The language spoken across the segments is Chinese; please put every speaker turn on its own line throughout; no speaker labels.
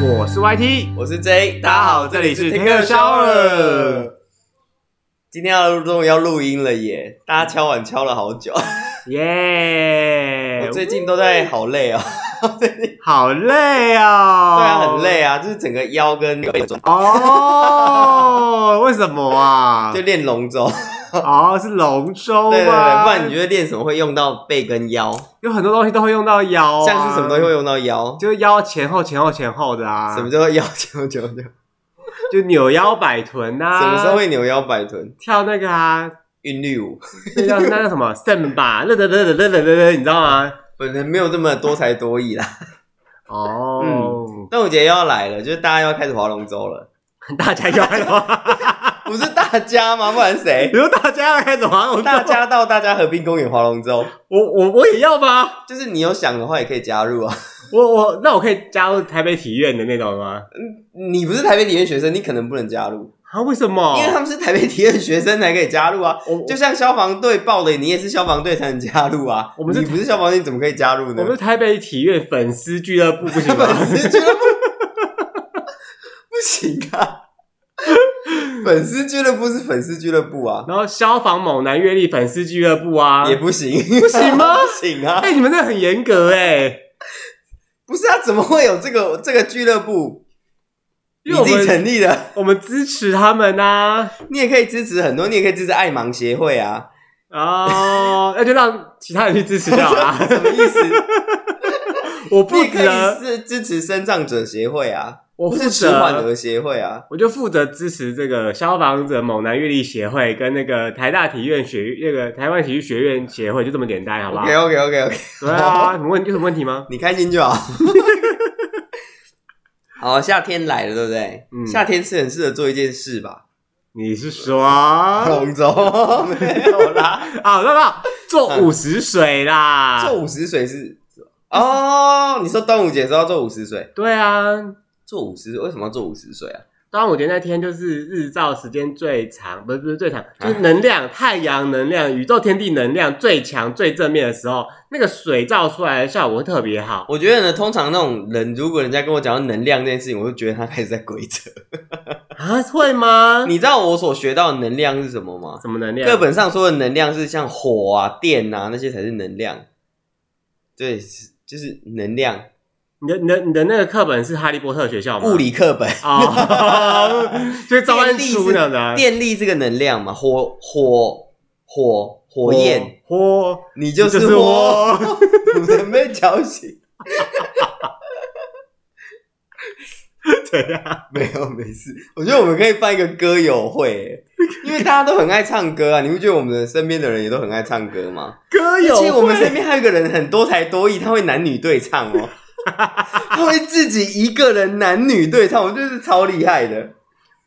YT，
我是 J，
大家好这里是 Take a Shower。
今天要录终于要录音了耶！大家敲碗敲了好久，
耶
我！最近都在好累哦，
好累哦，
对啊，很累啊，就是整个腰跟背都酸
哦。为什么啊
就？练龙舟，
哦，是龙舟
对对对，
吗？
不然你觉得练什么会用到背跟腰？
有很多东西都会用到腰、啊，
像是什么东西会？用到腰？
哦就是腰前后前后前后的啊，
什么叫做腰九九九？
就扭腰摆臀啊，
什么时候会扭腰摆臀？
跳那个啊？
韵律舞，
那叫那叫 什么？圣吧，乐乐乐乐乐乐乐乐，你知道吗？
本人没有这么多才多艺啦。
哦，
端午节又要来了，就是大家又要开始划龙舟了，
大家要开始玩，
不是大家吗？不然谁
你？说大家要开始玩，我
大家到大家和平公园划龙舟，
我我我也要吗？
就是你有想的话也可以加入啊。
我我那我可以加入台北体院的那种吗？
你不是台北体院学生，你可能不能加入，
啊，为什么？
因为他们是台北体院学生才可以加入啊。
我
就像消防队报的，你也是消防队才能加入啊。
我们是
你不是消防队，你怎么可以加入
我
呢
们？是台北体院粉丝俱乐部不行吗？
粉丝俱乐部不行啊，粉丝俱乐部是粉丝俱乐部啊，
然后消防猛男阅历粉丝俱乐部啊，
也不行，
不行吗
不行啊
哎、，你们这很严格哎、
不是啊，怎么会有这个这个俱乐部？你
因为我
自
们
己成立的，
我们支持他们啊呐、
你也可以支持很多，你也可以支持爱盲协会 啊，
啊，哦，那就让其他人去支持就好啦。
什么意思？
我负
你也可
责
以，是支持身障者协会啊，
我
不
负
是迟缓
责，
儿协会啊，
我就负责支持这个消防者猛男阅历协会跟那个台大体院学那个台湾体育学院协会，就这么简单，好不好
OK OK OK OK，
对啊，有什么问有什么问题吗？
你开心就好。 好，夏天来了，对不对？
嗯
夏天是很适合做一件事吧，
你是说啊？
龙舟 没有 啦，
那那做五十水啦？
做五十水是
嗯
哦。你说端午节的时候要做五十水，
对啊，
做五十为什么要做五十水啊？
端午节那天就是日照时间最长，不是不是最
啊
长，就是能量、太阳能量、宇宙天地能量最强、最正面的时候，那个水照出来的效果会特别好。
我觉得呢，通常那种人，如果人家跟我讲到能量这件事情，我就觉得他开始在鬼扯。
啊，会吗？
你知道我所学到的能量是什么吗？
什么能量？
课本上说的能量是像火啊、电啊那些才是能量，对，是就是能量。
你的你的你的那个课本是哈利波特学校吗？
物理课本，
哦， 就是召唤书那样的啊。
电力这个能量嘛，火火火火焰，
火，
你
就
就是火。准备敲醒。
对啊。
没有，没事。我觉得我们可以办一个歌友会耶，因为大家都很爱唱歌啊。你不觉得我们的身边的人也都很爱唱歌吗？
歌
而
友
且
会，
我们身边还有一个人很多才多艺，他会男女对唱哦， 他会自己一个人男女对唱，我觉得是超厉害的。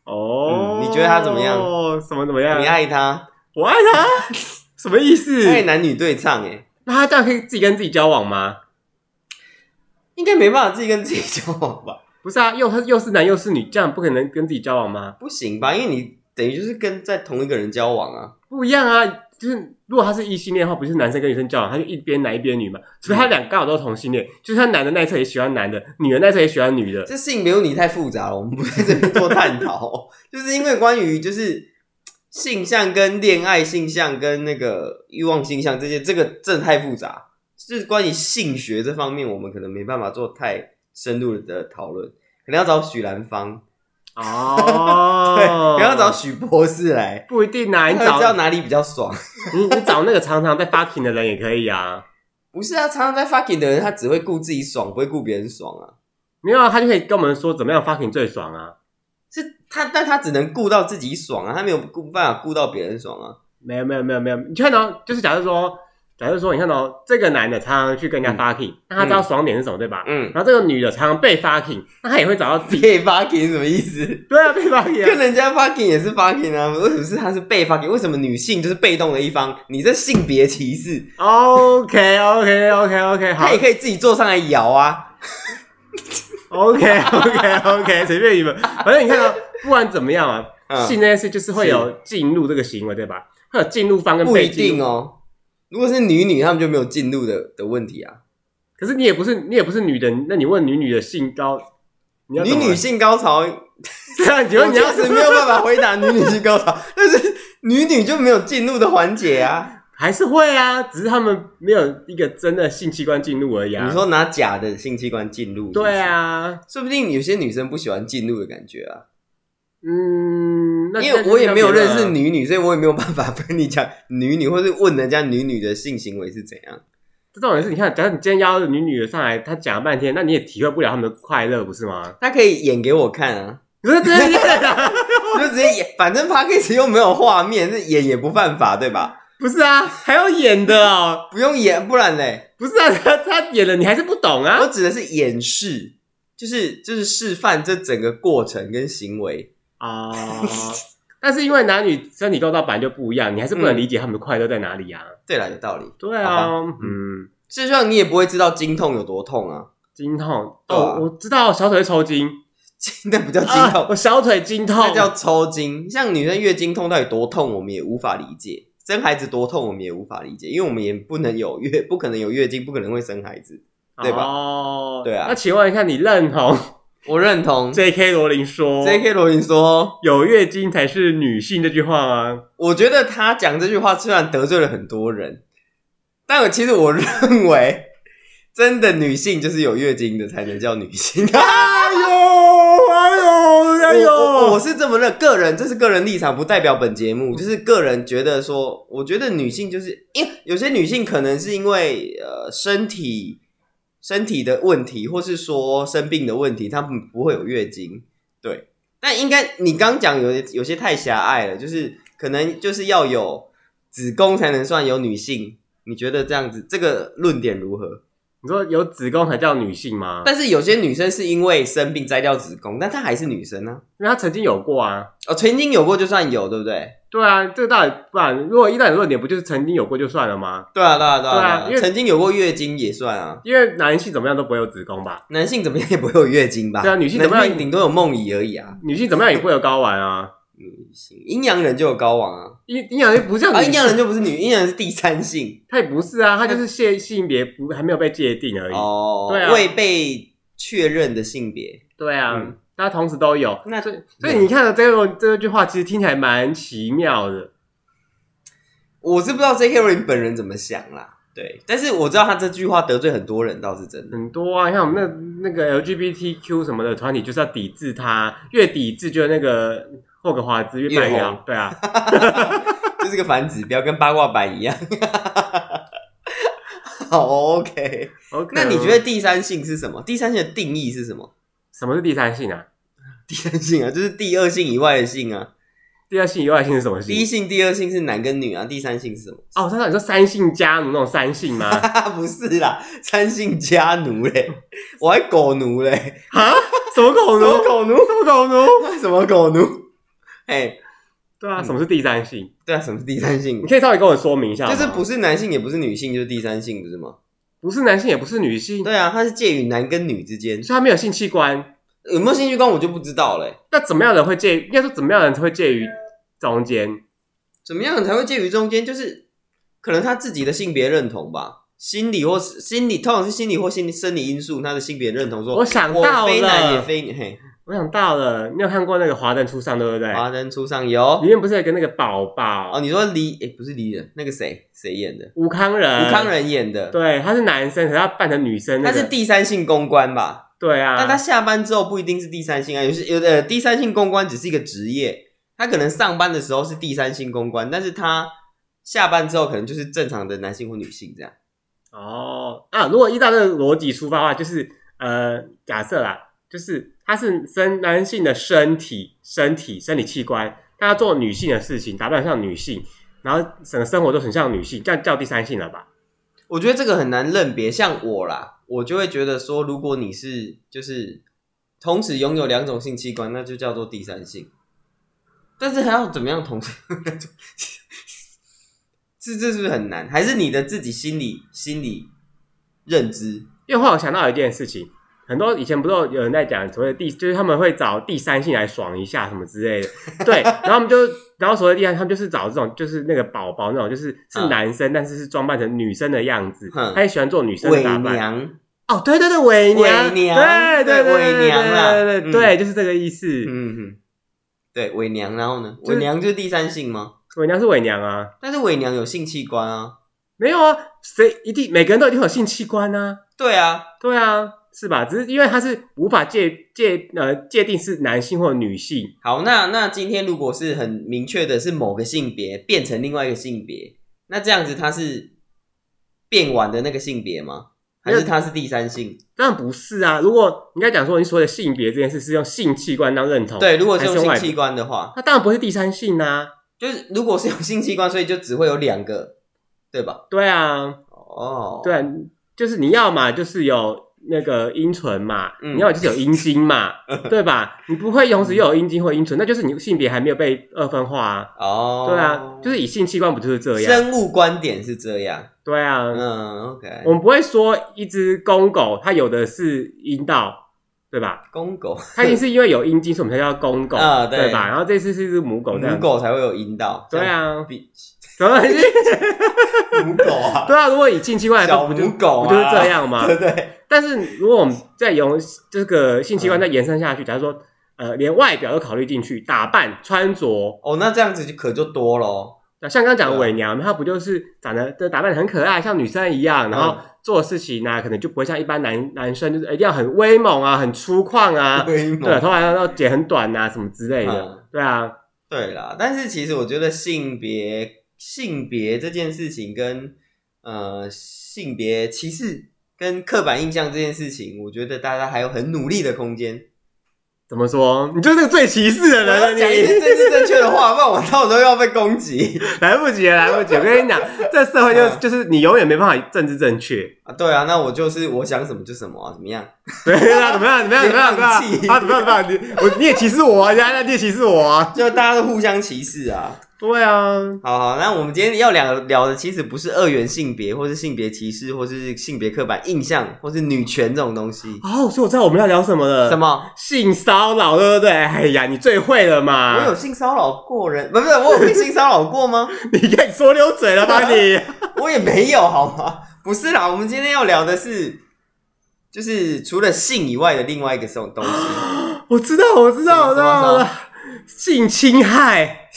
哦、
嗯你觉得他怎么样？
什么怎么样？
你爱他，
我爱他， 什么意思
他？也男女对唱，哎，
那他这样可以自己跟自己交往吗？
应该没办法自己跟自己交往吧？
不是啊，又又是男又是女，这样不可能跟自己交往吗？
不行吧？因为你等于就是跟在同一个人交往啊。
不一样啊，就是如果他是异性恋的话，不是男生跟女生交往，他就一边男一边女嘛。除非他俩刚好都是同性
嗯
恋，就是他男的那一侧也喜欢男的，女的那一侧也喜欢女 的。
这性流你太复杂了，我们不在这边做探讨， 就是因为关于就是性向跟恋爱性向跟那个欲望性向这些，这个真的太复杂，就是关于性学这方面，我们可能没办法做太深入的讨论，可能要找许兰芳，
哦，
对，可能要找许博士来，
不一定啊，
他
你
会 知道
找
哪里比较爽。
你你找那个常常在 fucking 的人也可以啊。
不是啊，常常在 fucking 的人，他只会顾自己爽，不会顾别人爽啊。
没有啊，他就可以跟我们说怎么样 fucking 最爽啊。
是他，但他只能顾到自己爽啊，他没有顾办法顾到别人爽啊。
没有没有没有没有，你看哦，就是假设说，假设说，你看哦，这个男的常常去跟人家 fucking，、那他知道爽点是什么，对吧？
嗯，
然后这个女的常常被 fucking，那她也会找到自己，
被 fucking 什么意思？
对啊，被 fucking
跟
啊、
人家 fucking 也是 fucking 啊，为什么是他是被 fucking？为什么女性就是被动的一方？你这性别歧视，
OK OK OK OK，好
他也可以自己坐上来摇啊。
，OK OK OK，随 便你们，反正你看哦，不管怎么样啊，
嗯
性这件事就是会有进入这个行为，对吧？会有进入方跟
不一
被进
定
入，
哦。如果是女女，他们就没有进入的的问题啊。
可是你也不是你也不是女的，那你问女女的性高你要
女
怎么
女性高潮，
对 啊，你觉得你要
我确实没有办法回答女女性 高潮，但是女女就没有进入的环节啊。
还是会啊，只是他们没有一个真的性器官进入而已 啊。
你说拿假的性器官进入，
对，啊，
说不定有些女生不喜欢进入的感觉啊。
嗯，那
因为我也没有认识，
那就
女女，所以我也没有办法 跟你讲女女，或是问人家女女的性行为是怎样。
这种人是你看，假如你今天邀女女的上来，她讲了半天，那你也体会不了他们的快乐，不是吗？
她可以演给我看啊，
不是真的，
就直接演，反正 p a c k a g e 又没有画面，是演也不犯法，对吧？
不是啊，还要演的哦，
不用演，不然嘞，
不是啊，她她演了，你还是不懂啊
我。指的是演示，就是就是示范这整个过程跟行为。
啊、但是因为男女身体构造本来就不一样，你还是不能理解他们的快乐在哪里啊。
对啦，有道理。
对啊
好，
嗯，
事实上，你也不会知道经痛有多痛啊，
经痛
对啊
哦，我知道小腿会抽 筋，
那不叫经
啊
痛，
我小腿经痛，
那叫抽筋。像女生月经痛到底多痛，我们也无法理解；生孩子多痛，我们也无法理解，因为我们也不能有月， 不可能有月经，不可能会生孩子。对吧
哦，
对啊
那请问一下，你认 同
我认同
J.K. 罗琳说
J.K. 罗琳说，
有月经才是女性这句话吗？
我觉得他讲这句话虽然得罪了很多人，但我其实我认为，真的女性就是有月经的才能叫女性。
哎呦，哎呦，哎
我我我
呦！
是这么认，个人这是个人立场，不代表本节
嗯
目。就是个人觉得说，我觉得女性就是因为有些女性可能是因为呃身体身体的问题，或是说生病的问题，她们不会有月经。对，但应该你刚讲有有些太狭隘了，就是可能就是要有子宫才能算有女性。你觉得这样子这个论点如何？
你说有子宫才叫女性吗？
但是有些女生是因为生病摘掉子宫，但她还是女生呢、
因为她曾经有过啊。
哦，曾经有过就算有，对不对？
对啊，这个到底不然，如果依照你的论点，不就是曾经有过就算了吗？
对啊，对啊，对
对
啊，
啊因为
曾经有过月经也算啊，
因为男性怎么样都不会有子宫吧，
男性怎么样也不会有月经吧？
对啊女性怎么样
男顶多有梦遗而已啊。
女性怎么样也不会有睾丸啊。
女性阴阳人就有睾丸啊，
阴阴阳人不叫
啊，
女性，
阴阳人就不是女，阴阳人是第三性
他也不是啊，他就是性性别不还没有被界定而已。
哦，
对啊
未被确认的性别。
对啊，
嗯
大家同时都有。
那
所以所以你看的这个这句话，其实听起来蛮奇妙的。
我是不知道 J.K. 罗琳本人怎么想啦，对，但是我知道他这句话得罪很多人，倒是真的。
很多啊，你看我们那那个 LGBTQ 什么的团体，就是要抵制它，越抵制就那个霍格华兹越办越
越
好
红。
对 啊，
就是个反指标，跟八卦版一样。 好，OK。
OK 啊
那你觉得第三性是什么？第三性的定义是什么？
什么是第三性啊？
第三性啊，就是第二性以外的性啊。
第二性以外的性是什么
第一
性？
性、第二性是男跟女啊，第三性是什么？
哦，我知道你说三性家奴那种三性吗？
不是啦，三性家奴嘞，我还狗奴嘞，
啊？什么狗
什
奴？
么狗奴？
什么狗奴？
什么狗奴？哎，
对啊，
嗯
什么是第三性？
对啊，什么是第三性
你？可以稍微跟我说明一下吗，
就是不是男性也不是女性，就是第三性，不是吗？
不是男性也不是女性，所
对啊，它是介于男跟女之间
以，他没有性器官。
有没有兴趣观我就不知道嘞。
那怎么样的人会介？应该说怎么样的人才会介于中间？
怎么样才会介于中间？就是可能他自己的性别认同吧，心理或是心理，通常是心理或心理生理因素，他的性别认同说，
我想到
我非男也
了，
非女。嘿，
我想到了，你有看过那个《华灯初上》对不对？
华灯初上有
里面不是有个那个宝宝
啊哦，你说李诶、不是李忍，那个谁谁演的？
吴康仁，
吴康，仁演的，
呃对，他是男生，可是他扮成女生、那
他
个
是第三性公关吧？
对啊，
但他下班之后不一定是第三性啊，有些有的呃第三性公关只是一个职业，他可能上班的时候是第三性公关，但是他下班之后可能就是正常的男性或女性这样。
哦啊，如果依照这个逻辑出发的话，就是呃，假设啦，就是他是生男性的身体、身体、生理器官，但他做女性的事情，打扮像女性，然后整个生活都很像女性，这样叫第三性了吧？
我觉得这个很难认别，像我啦，我就会觉得说，如果你是就是同时拥有两种性器官，那就叫做第三性。但是还要怎么样同时？这这是不是很难？还是你的自己心理心理认知？
因为后来我想到一件事情，很多以前不是有人在讲所谓的第，就是他们会找第三性来爽一下什么之类的，对，然后他们就，然后所谓的第三，他们就是找这种就是那个宝宝那种，就是是
嗯
男生，但是是装扮成女生的样子，
嗯
他也喜欢做女生的
伪
打扮，
娘
哦，对对对，伪娘，
伪娘
对对对
对
对
伪娘啦
对对对
嗯
对，就是这个意思。
嗯嗯，对，伪娘，然后呢？
就是
伪娘就是第三性吗？
伪娘是伪娘啊，
但是伪娘有性器官啊。
没有啊，谁一定每个人都一定有性器官啊，
对啊，
对啊，是吧？只是因为它是无法界界呃界定是男性或女性，
好，那那今天如果是很明确的是某个性别变成另外一个性别，那这样子他是变完的那个性别吗？还是他是第三性？
当然不是啊。如果你应该讲说你所谓的性别这件事是用性器官当认同，，
对，如果是用
还是
性
外
器官的话，
那当然不是第三性啊。
就是如果是用性器官，所以就只会有两个，对吧？
对啊，
哦，
对啊就是你要嘛就是有那个阴唇嘛，
嗯
你要就是有阴茎 嘛，对吧？你不会同时又有阴茎或阴唇，那就是你性别还没有被二分化啊。
哦，
对啊，就是以性器官不就是这样？
生物观点是这样。
对啊，
嗯，OK，
我们不会说一只公狗它有的是阴道，对吧？
公狗
它一定是因为有阴茎，所以我们才叫公狗，
啊对
对吧？然后这次是一只母狗，这
母
样。
狗才会有阴道，
对
像
啊，
比，
怎 么回事
母狗啊，
对啊，如果以性器官来
小
说，不就
母狗
不
啊，
就是这 样吗
对？不对？
但是如果我们再由这个性器官再
嗯
延伸下去，假如说呃连外表都考虑进去，打扮、穿着，
哦，那这样子就可就多咯。
那像刚刚讲的
对啊
伪娘，她不就是长得的打扮得很可爱，像女生一
嗯
样，然后做事情呢、可能就不会像一般男男生，就是一定要很威猛啊，很粗犷啊，
威猛
对，头发要要剪很短啊，什么之类的。
嗯
对啊，
对啦，但是其实我觉得性别性别这件事情跟呃性别歧视跟刻板印象这件事情，我觉得大家还有很努力的空间。
怎么说？你就是那个最歧视的人
我
了，啊
要讲一些
你
政治正确的话，不然我到时候又要被攻击
来不及了，来不及了。我跟你讲，这社会就
嗯
就是你永远没办法政治正确。
啊！对啊，那我就是我想什么就什么啊，怎么样？
对啊，怎么样？怎么样？怎么样？怎么
你放
样？
弃
啊，怎么样？怎么样？你我你也歧视我啊，人家你也歧视我啊。
就大家都互相歧视啊。
对啊，
好好，那我们今天要聊聊的其实不是二元性别，或是性别歧视，或是性别刻板印象，或是女权这种东西。
哦，所以我知道我们要聊什么了。
什？么？
性骚扰，对不对？哎呀，你最会了嘛！
我有性骚扰过人？不是，我有被性骚扰过吗？
你可以说溜嘴了吧你？
我也没有，好吗？不是啦，我们今天要聊的是，就是除了性以外的另外一个这种东西。
我知道，我知道，我知道
什么什么
了。性侵害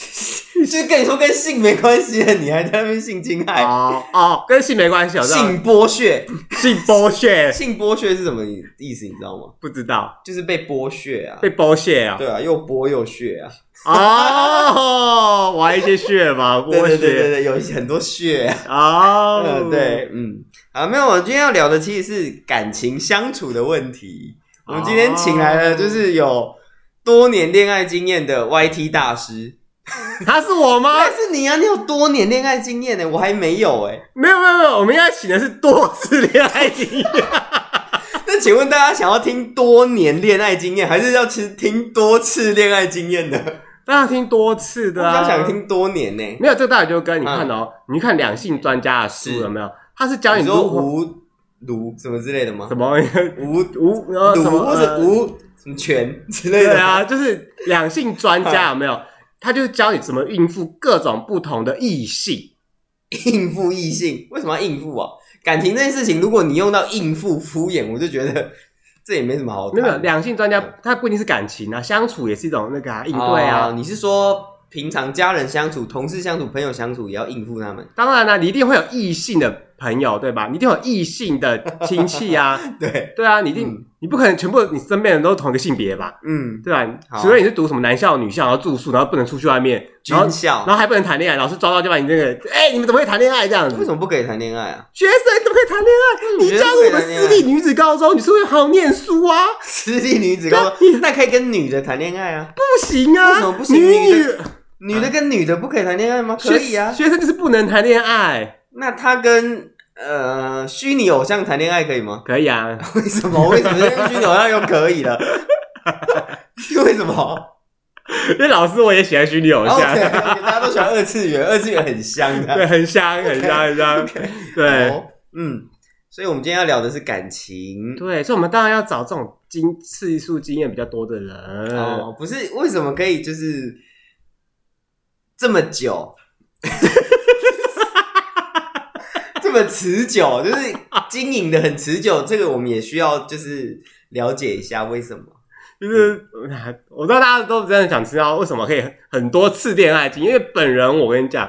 就是跟你说跟性没关系的，你还在那边性侵害、
哦哦，跟性没关系，我知道。
哎性剥削、
性剥削，
性剥削是什么意思？你知道吗？
不知道
就是被剥削啊。
被剥削啊？
对啊，又剥又削啊。
哦，玩一些血嘛，
对
剥
对对对
削
对，有很多血、啊。
哦
嗯，，对，嗯，好，没有，我今天要聊的其实是感情相处的问题。我们今天请来了就是有多年恋爱经验的 YT 大师，
他是我吗？
但是你啊，你有多年恋爱经验呢、我还没有哎、
没有没有没有，我们要请的是多次恋爱经验，
那请问大家想要听多年恋爱经验，还是要听听多次恋爱经验的？
当然听多次的
我比
啊。
较想听多年呢、
没有，这当然就跟你看哦，你去看两性专家的
是
书有没有？他是教
你
你
说
如何
无毒什么之类的吗
什？么
无
无呃
毒
什么
或者
呃
无什么权之类
对
的？嗯
啊，就是两性专家有没有？他就是教你怎么应付各种不同的异性。
应付异性，为什么要应付啊？感情这件事情，如果你用到应付敷衍，我就觉得 这也没什么好
没有
谈。
没有两性专家，他不一定是感情啊，相处也是一种那个啊应对啊。
哦你是说平常家人相处、同事相处、朋友相处也要应付他们？
当然啦、你一定会有异性的朋友，对吧？你一定会有异性的亲戚啊，
对，
对啊，你一定、
嗯
你不可能全部你身边的人都是同一个性别吧，
嗯，
对吧、
好
除非你是读什么男校、女校，然后住宿，然后不能出去外面，然后
军校
然后还不能谈恋爱，老师抓到就把你那个，哎、你们怎么会谈恋爱这样子
为？什么不可以谈恋爱啊？
学生怎么可以谈恋爱？
么
你
学生
加入我们私立女子高中，你是不是好好念书啊？
私立女子高中，那可以跟女的谈恋爱啊？
不行啊，
为什么不行
女
你
女
女的跟女的不可以谈恋爱吗？可以啊。
学学生就是不能谈恋爱，
那她跟呃虚拟偶像谈恋爱可以吗？
可以啊。
为什么？为什么跟虚拟偶像又可以了？ 为什么？
因为老师我也喜欢虚拟偶
o
像
k 大家都喜欢二次元，二次元很香 的。
对，很香，很香，很香。对、
哦，嗯，所以我们今天要聊的是感情。
对，所以我们当然要找这种经次数经验比较多的人。
哦，不是为什么可以就是 这么久？这本持久，就是经营的很持久，这个我们也需要就是了解一下为什么。
就是啊我知道大家都真的想知道为什么可以很多次恋爱经验，因为本人我跟你讲，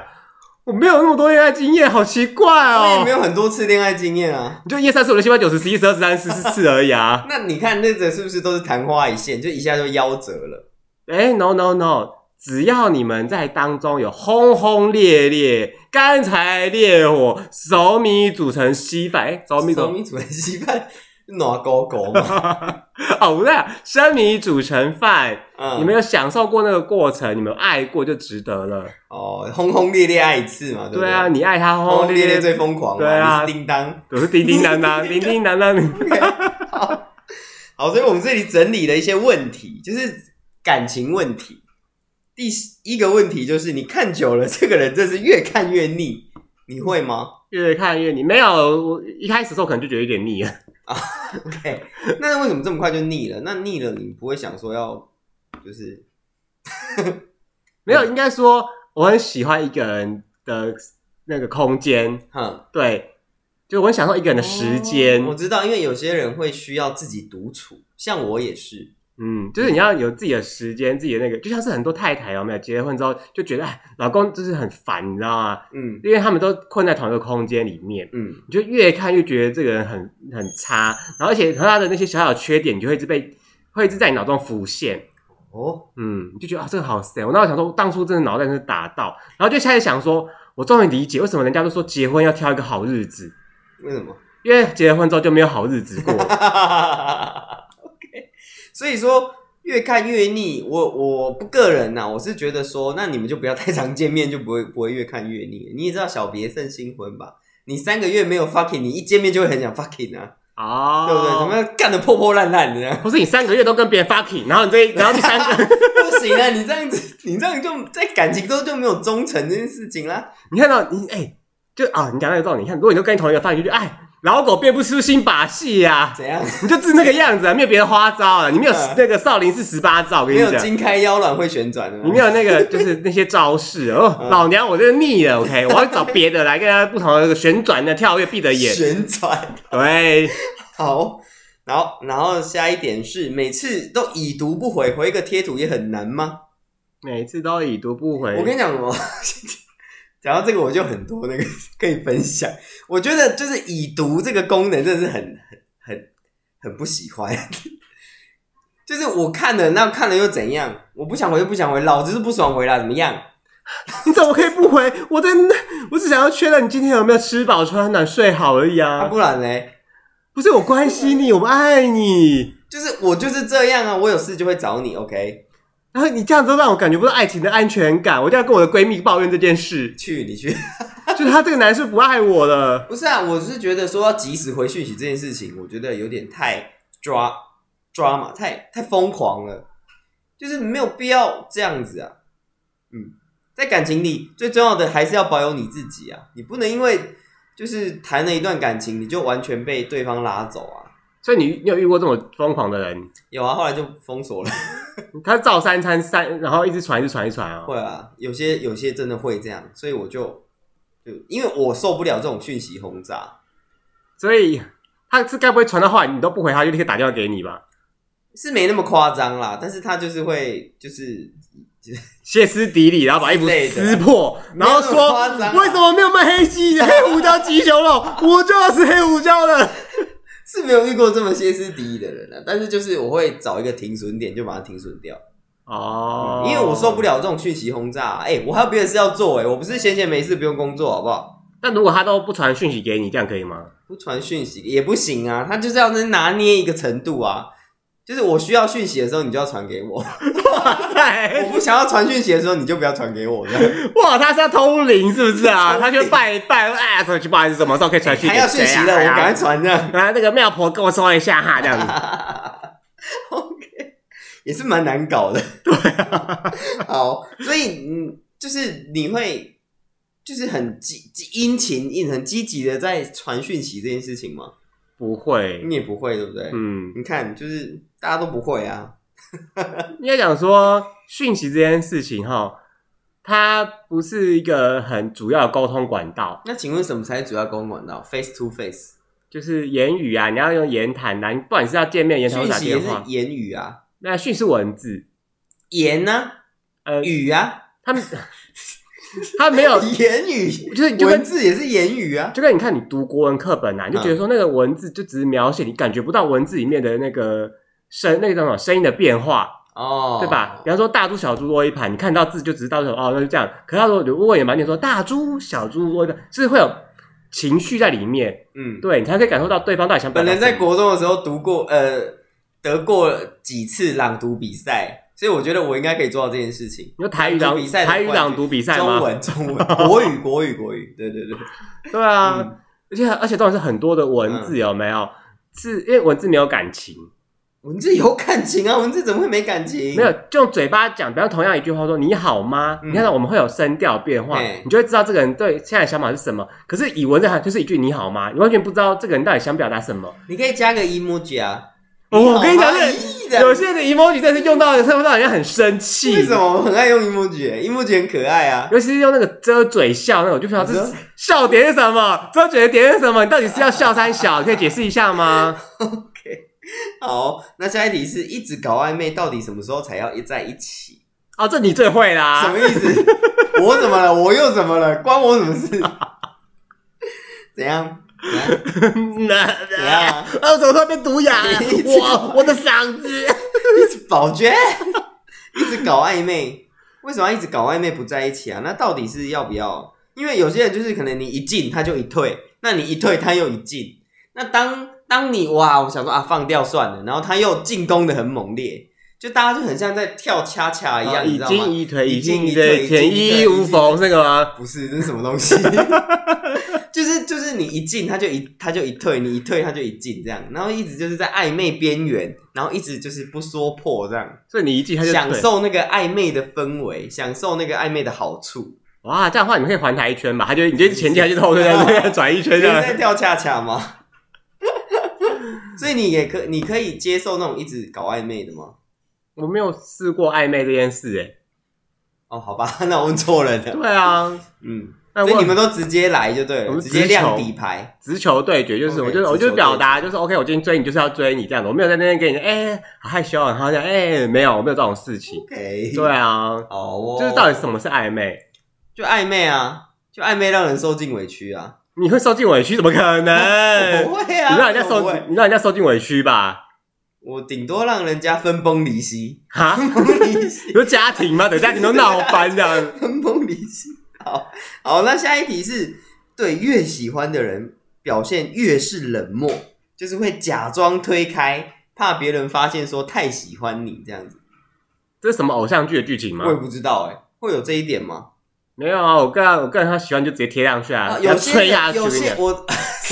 我没有那么多恋爱经验，好奇怪
我也没
哦。
有很多次恋爱经验啊。
你就一二三四五六七八九十十一十二十三十四十四而已啊。
那你看那个是不是都是昙花一现，就一下就夭折了？
哎，no no no，只要你们在当中有轰轰烈烈、干柴烈火、熟米煮成稀饭，哎，熟米
小
煮
米煮的稀饭，暖狗狗嘛。
哦，不对啊，生米煮成饭，
嗯，
你们有享受过那个过程，你们有爱过就值得了。
哦，轰轰烈烈爱一次嘛，不
对啊，，你爱他轰
轰
轰
轰烈
烈
烈
烈，
最疯狂嘛，
对啊
你是叮当。
我是叮叮当当，叮叮当当。
好，所以我们这里整理了一些问题，就是感情问题。第一个问题就是，你看久了，这个人真是越看越腻，你会吗？
越看越腻，没有，我一开始的时候可能就觉得有点腻了。
OK，那为什么这么快就腻了？那腻了，你不会想说要就是
没有，应该说我很喜欢一个人的那个空间，
哼哦
对，就我很享受一个人的时间，
我知道，因为有些人会需要自己独处，像我也是。
嗯，就是你要有自己的时间，自己的那个，就像是很多太太有没有结婚之后就觉得，哎，老公就是很烦，你知道吗？
嗯
因为他们都困在同一个空间里面。
嗯，
你就越看越觉得这个人很很差，然后而且和他的那些小小缺点，你就会一直被会一直在你脑中浮现。
哦，
嗯，你就觉得啊，这个好 sad。我那时候想说，当初真的脑袋真是打到，然后就开始想说，我终于理解为什么人家都说结婚要挑一个好日子，
为什么
因为结了婚之后就没有好日 子过。
？OK，所 以说越看越腻。我我不个人呐、我是觉得说，那你们就不要太常见面，就不会不会越看越腻。你也知道小别胜新婚吧？你三个月没有 fucking，你一见面就会很想 fucking 啊，
哦，
对不对？怎么？样干的破破烂烂的 呢？
不是你三个月都跟别人 fucking，然后你这一然后第三个，
不行 啊！你这样子，你这样就在感情中就没有忠诚这件事情啦。
你看到你哎、就啊，你讲那个道理，你看，如果你都跟同一个 fucking，就觉得哎，老狗变不出新把戏呀、
怎样？
你就是那个样子啊，没有别的花招啊，你没有
嗯
那个少林寺十八招，我跟
没
你
有
讲，
金开腰软会旋转的吗？啊
你没有那个就是那些招式哦，
嗯
老娘我真的腻了，OK，我要找别的来跟他不同的那个旋转的、跳跃、闭着眼，
旋转。
对，
好，然后然后下一点是，每次都已读不回，回个贴图也很难吗？
每次都已读不回。
我跟你讲什么？ 讲到这个，我就很多那个 可以分享。我觉得就是已读这个功能，真的是很很很很不喜欢。就是我看了，那看了又怎样？我不想回就不想回，老子是不爽回啦，怎么样？
你怎么可以不回？我在，我只想要确认你今天有没有吃饱、穿暖、睡好而已
啊，
啊！
不然嘞，
不是我关心你，我爱你。
就是我就是这样啊，我有事就会找你，OK？，
然后你这样子让我感觉不到爱情的安全感，我就要跟我的闺蜜抱怨这件事
去你去。
就是他这个男生不爱我了。
不是啊，我是觉得说要及时回讯息这件事情，我觉得有点太抓抓嘛，太太疯狂了，就是没有必要这样子啊。嗯，在感情里最重要的还是要保有你自己啊，你不能因为就是谈了一段感情，你就完全被对方拉走啊。
所以你你有遇过这么疯狂的人？
有啊，后来就封锁了。
他照三餐三，然后一直传，一直传，一直传哦。
会啊，有些有些真的会这样，所以我就就因为我受不了这种讯息轰炸，
所以他是该不会传的话，你都不回他，就立刻打电话给你吧？
是没那么夸张啦，但是他就是会就是
歇斯底里，然后把衣服
之类的
撕破，然后
没有那么
说
夸张啊
为什么没有卖黑鸡黑胡椒鸡胸肉？ 我就要吃黑胡椒的。
是没有遇过这么歇斯底里的人啊，但是就是我会找一个停损点就把它停损掉，
哦，
因为我受不
了。
了这种讯息轰炸、啊。哎、我还有别的事要做哎、我不是闲闲没事不用工作好不好？
但如果他都不传讯息给你，这样可以 吗？
不传讯息也不行啊，他就是要能拿捏一个程度啊。就是我需要讯息的时候，你就要传给我；
哇
我
塞，
不想要传讯息的时候，你就不要传给我。这样
哇，他是要偷灵是不是啊？
偷灵
他去拜一拜，哎，说 去不好意思，什么时候可以传讯
还
息？
要讯息了，我赶快
赶
传这样。
快。啊，那个庙婆跟我说一下哈，这样子。
OK，也是蛮难搞的。对啊， 好，所以嗯，就是你会就是很积积殷勤、应很积极的在传讯息这件事情吗？
不会，
你也不会，对不对？
嗯，
你看，就是大家都不会啊。
应该讲说讯息这件事情哈，它不是一个很主要的沟通管道，
那请问什么才是主要沟通管道？Face to face，
就是言语啊，你要用言谈啊，你不管是要见面、言谈或
讯
打
息也
电
是
话，
言语啊，
那讯是文字，
言啊，
呃，
语啊，
他们他没 有，
言语，
就是你就跟
文嗯字也是言语啊。
就跟你看你读国文课本啊，你就觉得说那个文字就只是描写，你感觉不到文字里面的那个声那种声音的变化，
哦，
对吧？比方说大猪小猪落一盘，你看到字就只是大猪小猪哦，那就这样。可是他说如果你满点说大猪小猪落一盘，是会有情绪在里面，
嗯，
对你才可以感受到对方到底想表
本
达
人
什么。
在国中的时候读过，呃，得过几次朗读比赛，所以我觉得我应该可以做到这件事情。
你说台语朗
朗读比赛的
台语
冠军
朗读比赛
中
吗？
文，中文，国语，国语，国语，对对对，
对啊，
嗯
而且而且重点是很多的文字有没有？是因为文字没有感情，
文字有感情啊，文字怎么会没感情？
没有，就用嘴巴讲，比方同样一句话说“你好吗”，
嗯
你看到我们会有声调变化
嘿，
你就会知道这个人对现在的想法是什么。可是以文字它就是一句“你好吗”，你完全不知道这个人到底想表达什么。
你可以加个 emoji 啊。
哦我跟你讲
这
有些人的 emoji 真的是用到用到人家很生气，
为什？么我很爱用 emoji？emoji 很可爱啊。
尤其是用那个遮嘴笑那种，我就不知道这
你知
是笑点是什么，遮嘴的点是什么？你到底是要笑三小？你可以解释一下吗？
好，那下一题是一直搞暧昧，到底什么时候才要一在一起？
哦，这你最会啦。
什么意思？我怎么了？我又怎么了？关我什么事？ 怎样？怎样？
那
怎样啊？
啊，我怎么突然变毒哑了
你一？直
我我的嗓子。
一直保全， 一直搞暧昧，为什么要一直搞暧昧不在一起啊？那到底是要不要？因为有些人就是可能你一进他就一退，那你一退他又一进。那当当你哇，我想说啊，放掉算了，然后他又进攻的很猛烈，就大家就很像在跳恰恰一样，哎你
已
知道
经
吗？
一腿，
哦已
已经
经
一
一
腿，
腿
前
已经一
一
腿
无缝，那个吗？
不是，这是什么东西？ 就是就是你一进他就一他就一退，你一退他就一进这样，然后一直就是在暧昧边缘，然后一直就是不说破这样。
所以你一进他就
享
退
受那个暧昧的氛围，享受那个暧昧的好处。
哇，这样的话你们可以环台一圈吧？他就你就前进，他就后退，这样转一圈
你
这
是
样。
在跳恰恰吗？ 所以你也可，你可以接受那种一直搞暧昧的吗？
我没有试过暧昧这件事，哎，
哦，好吧， 那我问错人了。
对啊，
嗯，
那
所以
我
你们都直接来就对
我
了，
们
直接
直球
亮底牌。
直球对决就是，
OK，
我就我
直
就
球对
表达就是 OK，我今天追你就是要追你这样的，我没有在那边跟你哎好害羞啊，然后这样哎没有，我没有这种事情。
OK，
对，啊，
好哦，
就是到底什么是暧昧？
就暧昧啊，就暧昧让人受尽委屈啊。
你会受尽委屈？怎么可能？
我会
哎你
啊，
让人家
我
受
不会，
你让人家受尽委屈吧？
我顶多让人家分崩离析，
哈，
分崩离析。
有家庭吗？等家庭都闹翻这样。
分崩离析。好好，那下一题是对越喜欢的人表现越是冷漠，就是会假装推开，怕别人发现说太喜欢你这样子。
这是什么偶像剧的剧情吗
我？也不知道哎、会有这一点吗？
没有啊，我个人我个人他喜欢就直接贴上去啊，
啊
给他
有些
吹下
人
去，
有些我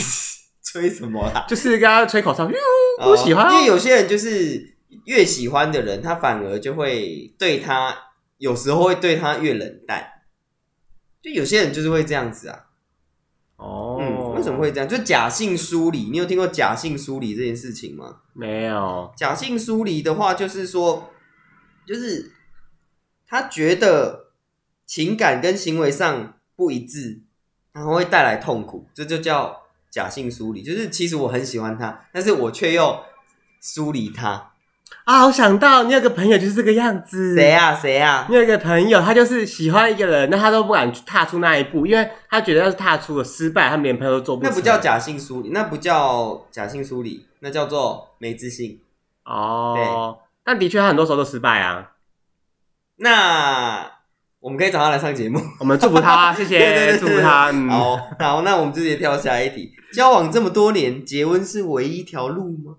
吹什么啦？
就是跟他吹口哨，呦 不喜欢啊
哦因为有些人就是越喜欢的人，他反而就会对他有时候会对他越冷淡。就有些人就是会这样子啊。
哦、
嗯，为什么会这样？就假性疏离，你有听过假性疏离这件事情吗？
没有？
假性疏离的话，就是说，就是他觉得情感跟行为上不一致，然后会带来痛苦，这就叫假性疏离。就是其实我很喜欢他，但是我却又疏离他。
啊，我想到你有个朋友就是这个样子，
谁啊？谁啊？
你有一个朋友，他就是喜欢一个人，那他都不敢踏出那一步，因为他觉得要是踏出了失败，他们连朋友都做不
那
成。
不叫假性疏离，那不叫假性疏离，那叫做没自信。
哦，但的确他很多时候都失败啊。
那我们可以找他来上节目。
我们祝福他，谢
对对
谢，
对哦
祝福他。嗯，
好好，那我们直接跳下一题。交往这么多年，结婚是唯一一条路吗？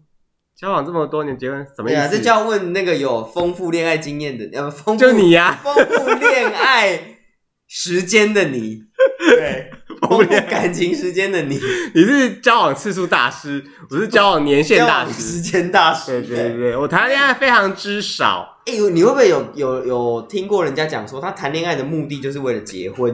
交往这么多年，结婚什么
对
意
啊，这
思？
就要问那个有丰富恋爱经验的，呃，丰富
就你啊呀，
丰富恋爱时间的你， 对，丰富感情时间的你，
你是交往次数大师，我是交往年限
交
大
往
师。
时间大
对
师。
对对，我谈恋爱非常之少。
哎、你会不会有有有听过人家讲说，他谈恋爱的目的就是为了结婚？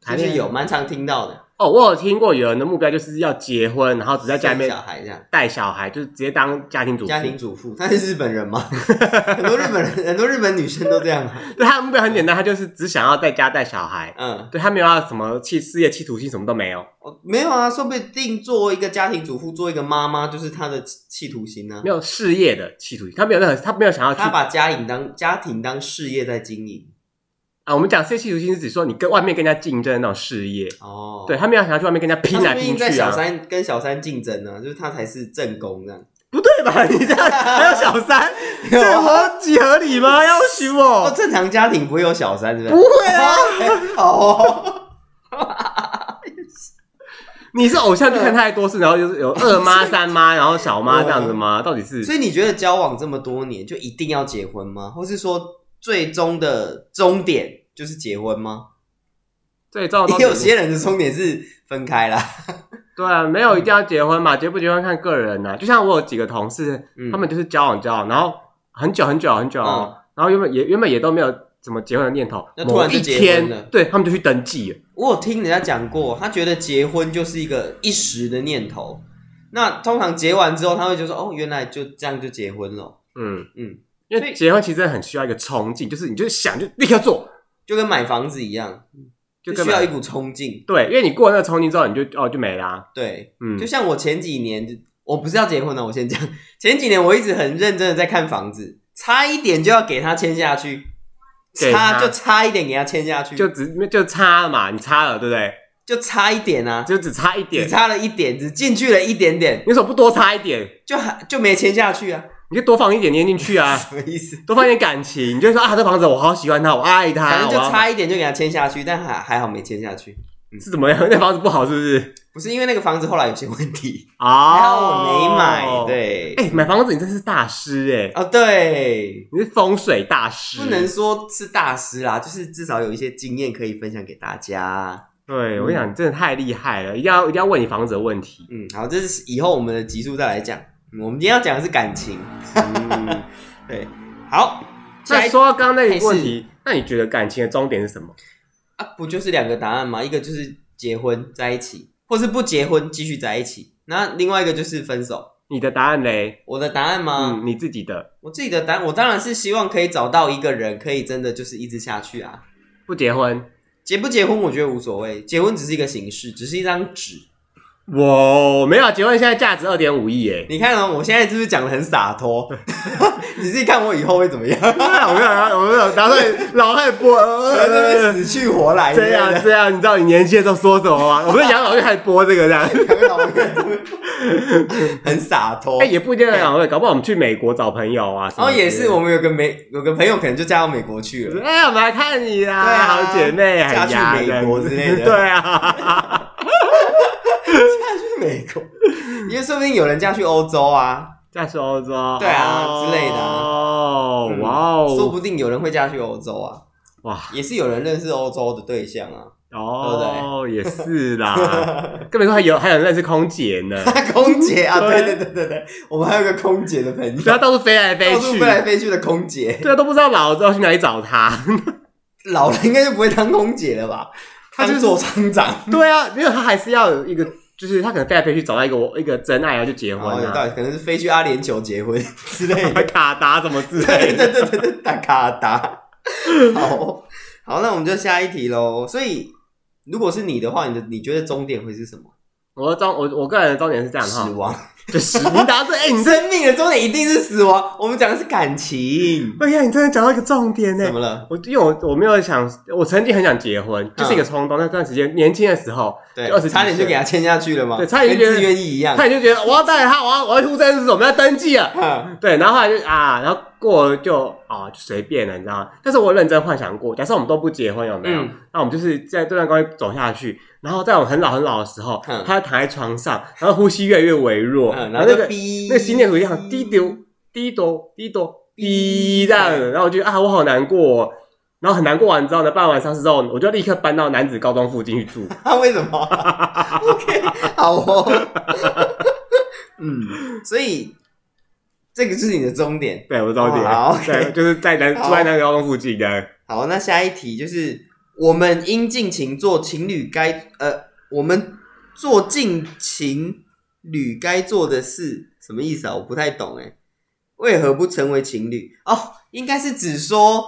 谈
还
恋爱
是有蛮常听到的。
哦，我有听过有人的目标就是要结婚，然后只在家里面
生小孩这样。
带小孩，就是直接当家庭主妇。
啊家庭主妇，她是日本人吗？ 很多日本人， 很多日本女生都这样啊。
对他的目标很简单，他就是只想要在家带小孩，
嗯，
对他没有要什么企事业企图心，什么都没有。
哦没有啊，说不定做一个家庭主妇，做一个妈妈，就是她的企图心呢、
没有啊事业的企图心，他没有任何，他没有想要
啊。
去
她把家庭当家庭当事业在经营。
啊。我们讲事业企图心是指说你跟外面跟人家竞争的那种事业，
哦，
对，他没有想要去外面跟人家
她
拼
说
来
不
拼
定在
去
小
啊。
三跟小三竞争呢、就是她才是正宫啊这样。
不对吧？你这样还有小 三，这个合几合理吗？要许
哦，
我
正常家庭不会有小三，是不
不
是？
会啊！
好 哦，
你是偶像剧看太多次，然后就是有二妈、三妈，然后小妈这样子吗？到底是
哦所以你觉得交往这么多年就一定要结婚吗？或是说最终的终点就是结婚吗？
最重要的
也
东西
有些人的终点是分开啦。
对啊，没有一定要结婚嘛，结不结婚看个人啊呐、就像我有几个同事，
嗯
他们就是交往交往，啊然后很久很久很久哦，然后原本也原本也都没有怎么结婚的念头，
那突
某
然就
一
结婚了
天，对他们就去登记了。
我有听人家讲过，他觉得结婚就是一个一时的念头。那通常结完之后，他会就说：“哦，原来就这样就结婚了，
嗯
嗯，
因
所
为
以
结婚其实很需要一个冲劲，就是你就是想就立刻做，
就跟买房子一样，
就
就
根
需要
本
一股冲劲。
对，因为你过了那个冲劲之后，你就哦就没啦、”
对，
嗯
就，像我前几年，我不是要结婚啊了，我先讲。 前几年我一直很认真的在看房子，差一点就要给他签下去，
给他
差就差一点给他签下去，
就
就
只就差了嘛，你差了对不对？
就差一点啊，
就只差一点
只，差了一点，只进去了一点点，
你为什么不多差一点？
就还就没签下去啊，
你就多放一点点进去啊，
什么意思？
多放一点感情，你就会说啊，这房子我好喜欢它，我爱它，
反正就
我要
差一点就给他签下去，但还还好没签下去。
是怎么样？那房子不好是不是？
不是因为那个房子后来有些问题，然后我
哦
没买，，对，
哎、买房子你真是大师哎、
哦对，
你是风水大师，
不能说是大师
嗯
啦，就是至少有一些经验可以分享给大家。
对我跟你讲，你真的太厉害了，一定要一定要问你房子的问题。
嗯，好，这是以后我们的集数再来讲。嗯我们今天要讲的是感情，
嗯，
对，好，下
那
一
说到刚刚那个问题，那你觉得感情的终点是什么？
啊，不就是两个答案吗？一个就是结婚在一起，或是不结婚继续在一起。那另外一个就是分手。
你的答案嘞？
我的答案吗？
嗯，你自己的
我自己的答案，我当然是希望可以找到一个人，可以真的就是一直下去啊。
不结婚，
结不结婚，我觉得无所谓，结婚只是一个形式，只是一张纸。
我没有结婚，现在价值二点五亿哎。
你看哦，我现在是不是讲的很洒脱？ 你自己看我以后会怎么样，
我没有打算，我没有打算老太婆
在那边 死去活来之类
这样
的。
这样，你知道你年轻的时候说什么吗？我们养老院还播这个这样。
养老院 很洒脱
哎、。也不一定要两位，搞不好我们去美国找朋友啊。什
然
么
后
之类的
哦也是，我，们有个美有个朋友可能就嫁到美国去了，
哎、我们来看你啦，
对啊
好姐妹，
嫁去
哎呀
美国之类的
对啊，
嫁去美国， 因为说不定有人嫁去欧洲啊，
嫁去欧洲，
对啊
哦
之类的啊
哦，
嗯
哇
说
哦，
不定有人会嫁去欧洲啊，
哇，
也是有人认识欧洲的对象啊。
哦，也是 啦，更别说还有还有人认识空姐呢，
空姐啊，对
对
对对对对，我们还有个空姐的朋友，
对啊，到处飞来飞
到处
去
飞，来飞去的空姐，
对啊，都不知道老了之后去哪里找她。
老了应该就不会当空姐了吧？
她就是
当做厂长，
对啊，因为她还是要有一个，就是她可能飞来飞去找到一个我一个真爱，然后就结
然
婚
后哦有
啊
道，理，可能是飞去阿联酋结婚之类的。
卡达什么之类
对
的。
对对对对，打卡打。好好，那我们就下一题喽。所以，如果是你的话，你的你觉得终点会是什么？
我的终我我个人的终点是这样哈
死，亡，
就死。你答对，哎、你这，
生命的终点一定是死亡。我们讲的是感情，
哎呀，你真的讲到一个重点呢
怎。么了？
我因为我我没有想，我曾经很想结婚，就是一
嗯
个冲动。那段时间年轻的时候，
对
就二十，几
差点就
岁
给他签下去了嘛，
对差点就
跟
觉得
自愿意一样。
他就觉得我要带他，我要我要出证是我们要登记了。
嗯
对，然后后来就啊，然后过了就啊就随便了，你知道吗？但是我认真幻想过，假设我们都不结婚，有没有？
嗯
那我们就是在这段关系走下去，然后在我们很老很老的时候，
嗯
他躺在床上，然后呼吸越来越微弱，
嗯，
然
然
后
后
那
就
个
逼
那个心电图一样滴 丢滴多滴多滴这样子，然后我就啊，我好难过、哦。然后很难过完之后呢，办完丧事之后，我就立刻搬到男子高中附近去 住。
他啊为 什么？OK，好哦。嗯， 所以这个就是你的终点。
对，我到底、
哇，OK 哦
对，就是在男
好
住在男子高中附近的。
好，那下一题就是我们应尽情做情侣该呃我们做尽情侣该做的事，什么意思啊？我不太懂哎，为何不成为情侣？哦，应该是指说，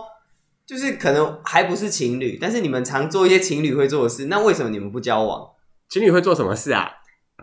就是可能还不是情侣，但是你们常做一些情侣会做的事，那为什么你们不交往？
情侣会做什么事啊？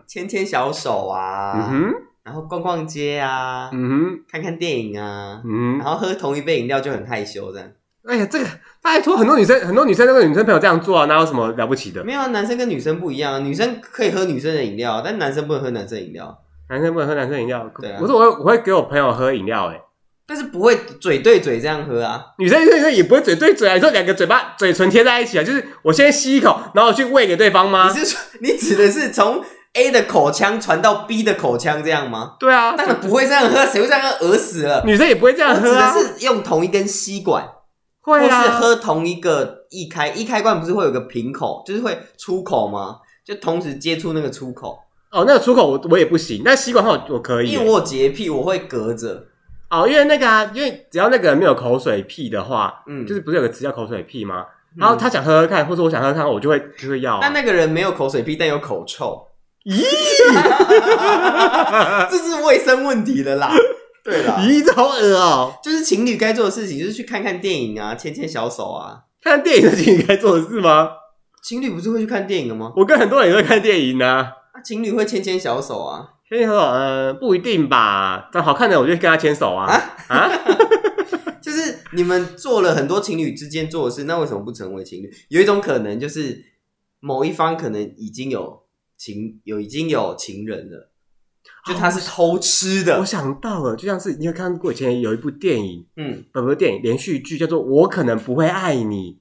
牵牵小手
嗯
啊，
哼，
然后逛逛街啊，
嗯哼，
看看电影啊，
嗯
然
哼。
后喝同一杯饮料就很害羞这样。
哎呀，这个拜托，很多女生，很多女生那个女生朋友这样做啊，哪有什么了不起的？
没有啊，男生跟女生不一样啊，女生可以喝女生的饮料，啊但男生不能喝男生饮料，啊
男生不能喝男生饮料，
对啊
我说我会我会给我朋友喝饮料、欸，哎，但是
不会嘴对嘴这样喝啊。
女生女生也不会嘴对嘴啊，你说两个嘴巴嘴唇贴在一起啊，就是我先吸一口，然后我去喂给对方吗
你？是说你指的是从 A 的口腔传到 B 的口腔这样吗？
对啊，
当然不会这样喝，谁会这样喝？饿死了。
女生也不会这
我
样
指
喝啊，
的是用同一根吸管，或
会
是
啊，
喝同一个一开一开罐，不是会有个瓶口，就是会出口吗？就同时接触那个出口，
哦，那个出口我我也不行，那吸管上我我可以
因为
欸，
我有洁癖，我会隔着。
哦，因为那个啊，因为只要那个人没有口水屁的话，
嗯，
就是不是有个词叫口水屁吗？
嗯
然后他想喝喝看，或者我想喝喝看，我就会就会要啊、
但那个人没有口水屁，但有口臭。
咦，
这是卫生问题 了啦。对啦，
咦，这好恶哦、
就是情侣该做的事情，就是去看看电影啊，牵牵小手啊。
看电影是情侣该做的事吗？
情侣不是会去看电影的吗？
我跟很多人也会看电影呢、
啊，情侣会牵牵小手啊。
牵手，呃，不一定吧。但好看的，我就跟他牵手啊。啊，
就是你们做了很多情侣之间做的事，那为什么不成为情侣？有一种可能就是某一方可能已经有情有已经有情人了，就他是偷吃的
我。想到了，就像是你有看过以前有一部电影，
嗯，
不不，电影连续剧叫做《我可能不会爱你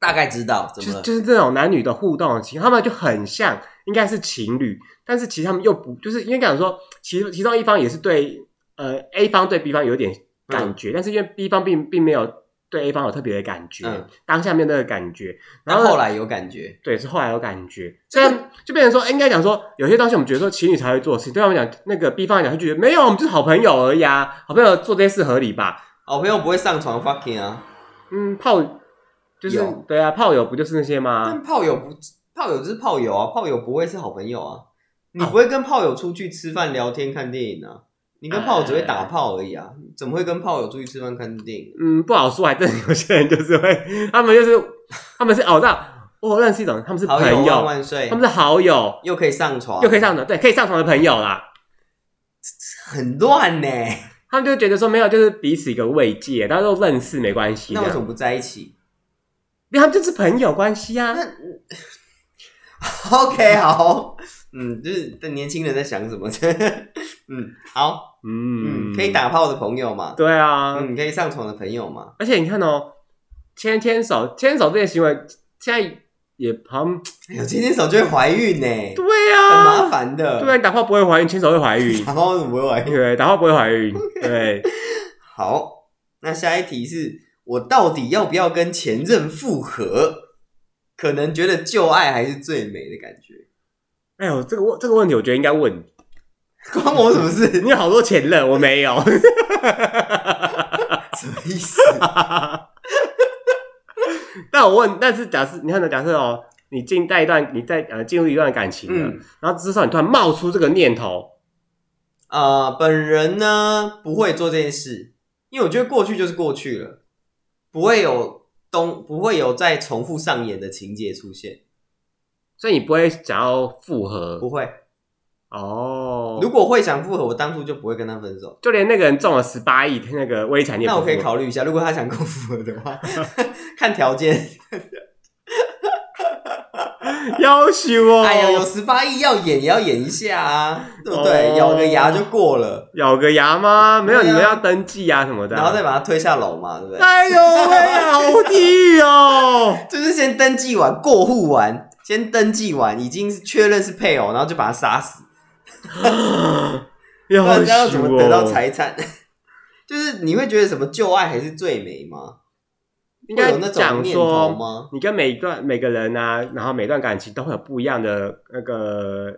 大概知道》，怎
就
么
是
了？
就是这种男女的互动情，他们就很像，应该是情侣，但是其实他们又不，就是应该讲说，其其中一方也是对呃 A 方对 B 方有
嗯
点感觉，但是因为 B 方并并没有对 A 方有特别的感觉，
嗯
当下面那个感觉，然
然
后
后
呢
后来有感觉，
对，是后来有感觉，虽然就变成说，应该讲说，有些东西我们觉得说情侣才会做的事情，对他们讲，那个 B 方来讲就觉得没有，我们就是好朋友而已啊，好朋友做这些事合理吧？
好哦朋友不会上床 fucking 啊。
嗯，炮就是
有
对啊，炮友不就是那些吗？
但炮友不，炮友就是炮友啊，炮友不会是好朋友
哦
啊。你不会跟炮友出去吃饭、聊天、看电影啊？你跟炮友只会打炮而已啊，怎么会跟炮友出去吃饭、看电影？
嗯，不好说，还真的有些人就是会，他们就是他们是哦，那我认识一种，他们是
好
朋
友
友，
万万岁
他！们是好友，
又可以上床，
又可以上床，对，可以上床的朋友啦。
很乱呢、
他们就觉得说没有，就是彼此一个慰藉，大家都认识没关系。
那为什
么？
么不在一起
因为他们就是朋友关系啊。
？OK，好，嗯，就是但年轻人在想什么？ 嗯，好，
嗯
嗯，可以。打炮的朋友嘛，
对啊，
嗯，可以上床的朋友嘛，
而且你看哦，牵牵手、牵手这些行为，现在也旁
哎呦，牵牵手就会怀孕呢、
对
很麻
啊，
烦的。，
对啊，你打炮不会怀孕，牵手会怀孕
然后怎么会怀孕？
对，打炮不会怀孕，对，
好，那下一题是我到底要不要跟前任复合？可能觉得旧爱还是最美的感觉，
哎呦，这个问这个问题，我觉得应该问你
关我什么 事？
你有好多前任，我没有，
什么意思？
但我问，但是假设你看呢，假设哦，你进在一段，你在呃进入一段感情了，
嗯，
然后至少你突然冒出这个念头，
啊、本人呢不会做这件事，因为我觉得过去就是过去了，不会有东，不会有再重复上演的情节出现，
所以你不会想要复合
不会。
哦。
如果会想复合，我当初就不会跟他分手。
就连那个人中了十八亿那个微产业，
那我可以考虑一下，如果他想跟我复合的 话，看条件。
要求哦，
哎呀，有十八亿要演也要演一下啊，对不对？
哦
咬个牙就过了，
咬个牙吗？没有，
对
你
啊
们要登记啊什么的。
然后再把他推下楼嘛，对不对？
哎呦喂，好地狱 哦！
就是先登记完，过户完，先登记完，已经是确认是配偶，然后就把他杀死，
要
不然这样
死
怎么
哦
得到？财产？ 就是你会觉得什么旧爱还是最美吗？
应
会
该
有那种
讲
念头
说，
吗？
你跟每一段每个人啊，然后每段感情都会有不一样的那个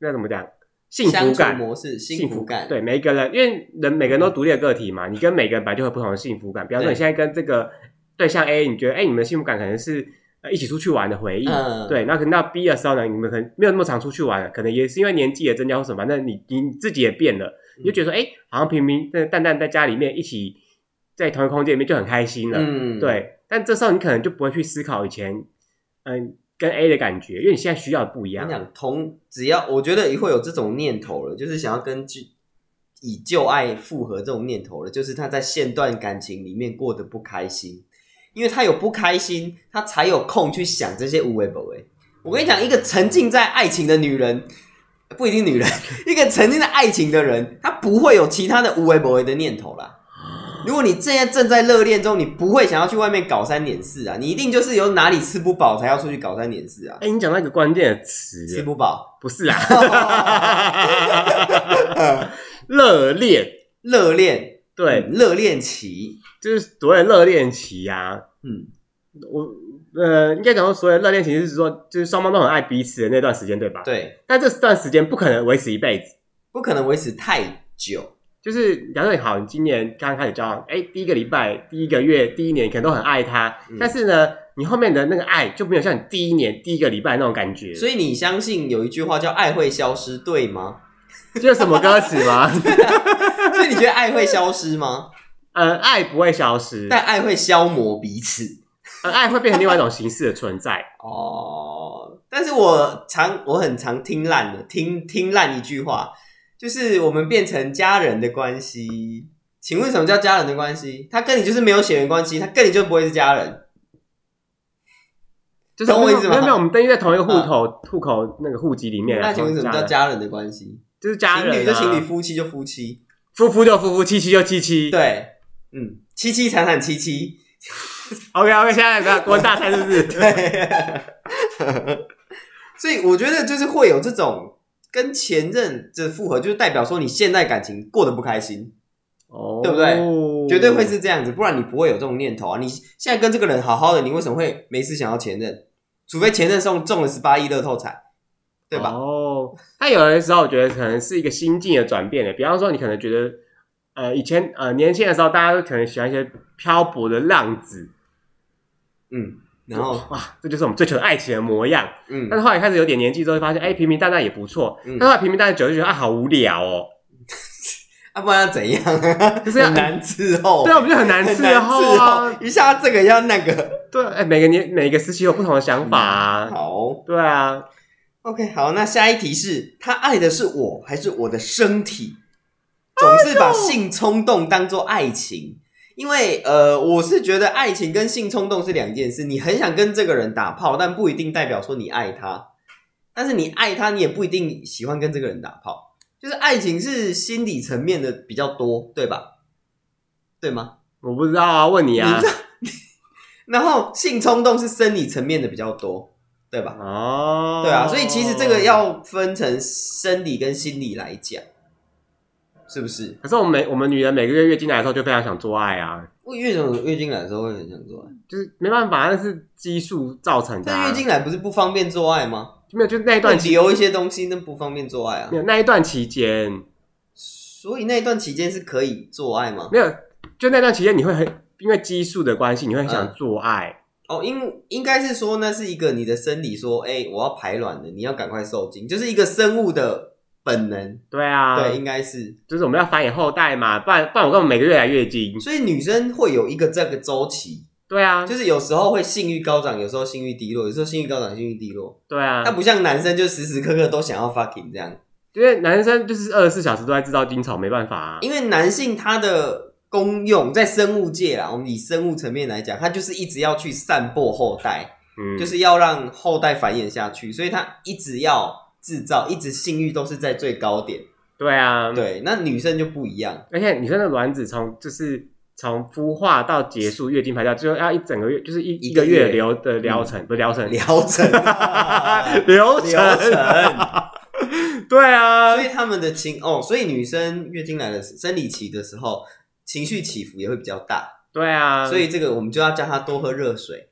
那怎么讲幸福
相处
感。
模式，幸福感，嗯
对每一个人，因为人每个人都独立的个体嘛，你跟每个人本来就会有不同的幸福感。比方说，
对
你现在跟这个对象 A，你觉得哎，你们的幸福感可能是呃一起出去玩的回忆。
嗯
对，那可能到 B 的时候呢，你们可能没有那么常出去玩了，可能也是因为年纪也增加或什么，反正你你自己也变了，你就
嗯
觉得说，哎、好像平平淡淡在家里面一起在同一个空间里面就很开心了。
嗯，
对，但这时候你可能就不会去思考以前，嗯，跟 A 的感觉，因为你现在需要的不一
我
样
跟你。讲，同只要我觉得会有这种念头了，就是想要跟旧以旧爱复合这种念头了，就是他在现段感情里面过得不开心，因为他有不开心，他才有空去想这些无为不为。我跟你讲，一个沉浸在爱情的女人，不一定女人，一个沉浸在爱情的人，他不会有其他的无为不为的念头啦。如果你现在正在热恋中，你不会想要去外面搞三点四啊，你一定就是有哪里吃不饱才要出去搞三点四啊，
哎、你讲到一个关键的词，
吃不饱。
不是 啊，热恋，
热恋，
对，
嗯热恋期，
就是所谓的热恋期啊。
嗯，
我呃，应该讲说，所谓的热恋期就是说，就是双方都很爱彼此的那段时间，对吧？。
对，
但这段时间不可能维持一辈子。
不可能维持太久，
就是假设你好，你今年刚开始交往，哎，第一个礼拜、第一个月、第一年可能都很爱他，
嗯
但是呢，你后面的那个爱就没有像你第一年、第一个礼拜那种感觉。
所以你相信有一句话叫“爱会消失”，对 吗？
以这是什么歌词吗？
所以你觉得爱会消失吗？
呃，爱不会消失，
但爱会消磨彼此
呃，爱会变成另外一种形式的存在。
哦。但是我常我很常听烂的，听听烂一句话，就是我们变成家人的关系。请问什么叫家人的关系？他跟你就是没有血缘关系，他跟你就不会是家人。
就是
懂我意思吗嗯
没有没有，我们登记在同一个户口、户口那个户籍里面啊。
那请问什么叫
同一个人
家人的关系？
就是家人、啊，
情侣就情侣，夫妻就夫妻。
夫妇就夫妇，妻妻就妻妻。
对，嗯，七七惨惨戚戚，
，OK OK，现在那个大菜是不是？
对， 所以我觉得就是会有这种跟前任的复合，就是代表说你现在感情过得不开心，
哦
对不对绝对会是这样子，不然你不会有这种念头啊。你现在跟这个人好好的，你为什么会没事想要前任？除非前任中中了十八亿乐透彩，对吧？
哦，那有的时候我觉得可能是一个心境的转变的，欸比方说你可能觉得，呃，以前呃年轻的时候，大家都可能喜欢一些漂泊的浪子，
嗯，然后
哇，这就是我们追求爱情的模样。
嗯
但，是后来开始有点年纪之后，就发现哎，平平淡淡也不错。
嗯
但后来平平淡淡久了就觉得啊，好无聊哦。
啊，不然要怎样？
就是要
很难伺候，
对啊，我们就很难
哦 很
伺
难
候啊
伺。候，一下这个要那 个，
对，哎，每个年每个时期有不同的想法啊。
好。
对啊，
OK，好，那下一题是他爱的是我还是我的身体？总是把性冲动当做爱情，因为呃，我是觉得爱情跟性冲动是两件事。你很想跟这个人打炮，但不一定代表说你爱他。但是你爱他，你也不一定喜欢跟这个人打炮。就是爱情是心理层面的比较多，对吧？对吗？
我不知道啊，问你啊。
然后性冲动是生理层面的比较多，对吧？
哦，
对啊，所以其实这个，要分成生理跟心理来讲，是不是？
可是我们每我们女人每个月月经来的时候就非常想做爱啊，
我月经月经来的时候会很想做爱，
就是没办法，那是激素造成的、啊。
但月经来不是不方便做爱吗？
没有，就那一
会
段期，
留一些东西，那不方便做爱啊
没。有那一段期间，
所以那一段期间是可以做爱吗？
没有，就那段期间你会很因为激素的关系，你会很
嗯
想做爱。
哦，应应该是说那是一个你的生理说，哎、我要排卵了，你要赶快受精，就是一个生物的本能。
对啊，
对，，应该是。
就是我们要繁衍后代嘛，不然不然我根本每个月来月经。
所以女生会有一个这个周期，
对啊，
就是有时候会性欲高涨，有时候性欲低落，有时候性欲高涨，性欲低落。
对啊
他，不像男生就时时刻刻都想要 fucking 这样，
因为男生就是二十四小时都在制造精草，没办法啊。
因为男性他的功用在生物界啦，我们以生物层面来讲，他就是一直要去散播后代，
嗯，
就是要让后代繁衍下去，所以他一直要制造，一直性欲都是在最高点。
对啊，
对，那女生就不一样，
而且女生的卵子从就是从孵化到结束月经排掉，就要一整个月，就是一
一
一
个
个
月
月流的疗程，不是疗程，
疗程、
流
流程，
程，对啊
所，以他们的情哦，所以女生月经来的生理期的时候，情绪起伏也会比较大，
对啊，
所以这个我们就要叫她多喝热水。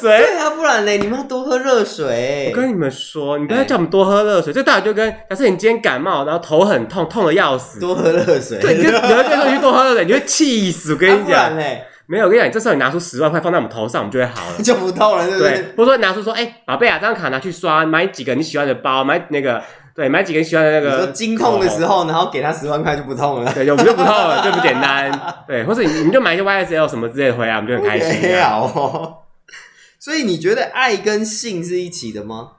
谁？
对啊，不然嘞，你们要多喝热水
哎我。跟你们说，你不要叫我们多喝热水，这大概就跟假设你今天感冒，然后头很痛，痛的要死，
多喝热水。
对，你就你会跟说你去多喝热水，你会气死。我
啊
跟你
不然
讲，
嘞，
没有，我跟你讲，这时候你拿出十万块放在我们头上，我们就会好
。
了
就不到了，对不
对
对？，
或者说拿出说，哎、宝贝啊，这张卡拿去刷，买几个你喜欢的包，买那个， 对，买几个你喜欢的那
你说
个。
经痛的时候，然后给他十万块就不痛了，
对，就我们就不透了，就不简 单。对，或者你你们就买一些 YSL 什么之类的回来，我们就很开心、 啊。
好哦。所以你觉得爱跟性是一起的吗？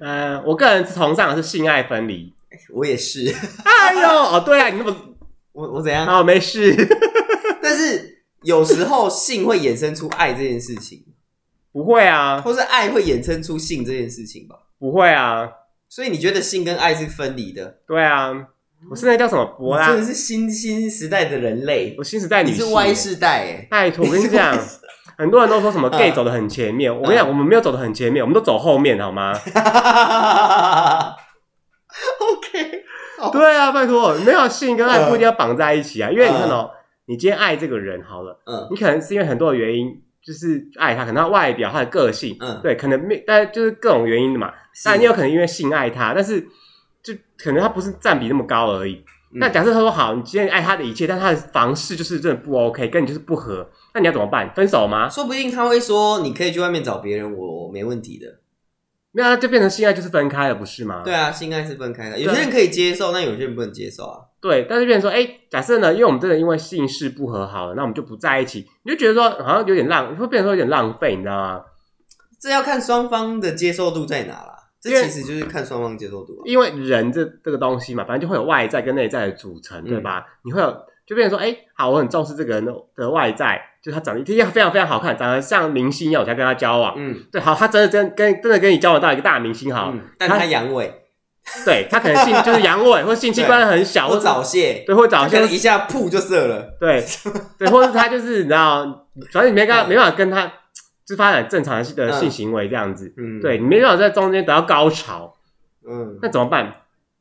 嗯，我个人崇尚的是性爱分离。
我也是，
哎呦，哦，对啊，你那么
我我怎样？
哦，没事，
但是有时候性会衍生出爱这件事情，
不会啊，
或是爱会衍生出性这件事情吧。
不会啊，
所以你觉得性跟爱是分离的？
对啊，我是那叫什么博
你
拉
真，的是新新时代的人类，
我新时代女
你
性
是 Y 世代哎、
拜托，我跟你
你
讲
是 Y，
很多人都说什么
嗯
gay 走的很前面，我跟你讲，我们没有走的很前面，我们都走后面，好 吗？
哦 OK，
对啊，拜托，没有性跟爱
嗯
不一定要绑在一起啊，因为你看哦，你今天爱这个人好了，
嗯
你可能是因为很多的原因，就是爱他，可能他外表、他的个性，
嗯，
对，可能没，但就是各种原因的嘛。那你有可能因为性爱他，但是就可能他不是占比那么高而已。
嗯
那假设他说好，你今天爱他的一切，但他的房事就是真的不 OK，跟你就是不合，那你要怎么办？分手吗？
说不定他会说你可以去外面找别人，我我没问题的。
那就变成性爱就是分开了，不是吗？
对啊，性爱是分开的，有些人可以接受，但有些人不能接受啊。
对，但是变成说，哎，假设呢，因为我们真的因为性事不合好了，那我们就不在一起，你就觉得说好像有点浪，会变成说有点浪费，你知道吗？
这要看双方的接受度在哪啦。这
因为
其实就是看双方接受度啊。
因为人这这个东西嘛，反正就会有外在跟内在的组
嗯
成，对吧？你会有就变成说，哎、好，我很重视这个人的的外在，就是他长得一定要非常非常好看，长得像明星一样，我才跟他交往。
嗯
对，好，他真的真跟真的跟你交往到一个大明星好，
嗯，但他阳痿，
对他可能性就是阳痿，或性器官很小，
我
或
早泄，
对，或啊早
他可
泄，
能一下噗就射了。
对对，或者他就是你知道，反正你没跟他
嗯
没办法跟他就发展正常的性的
嗯
性行为这样子，
嗯，
对，你没办法在中间得到高潮，
嗯，
那怎么办？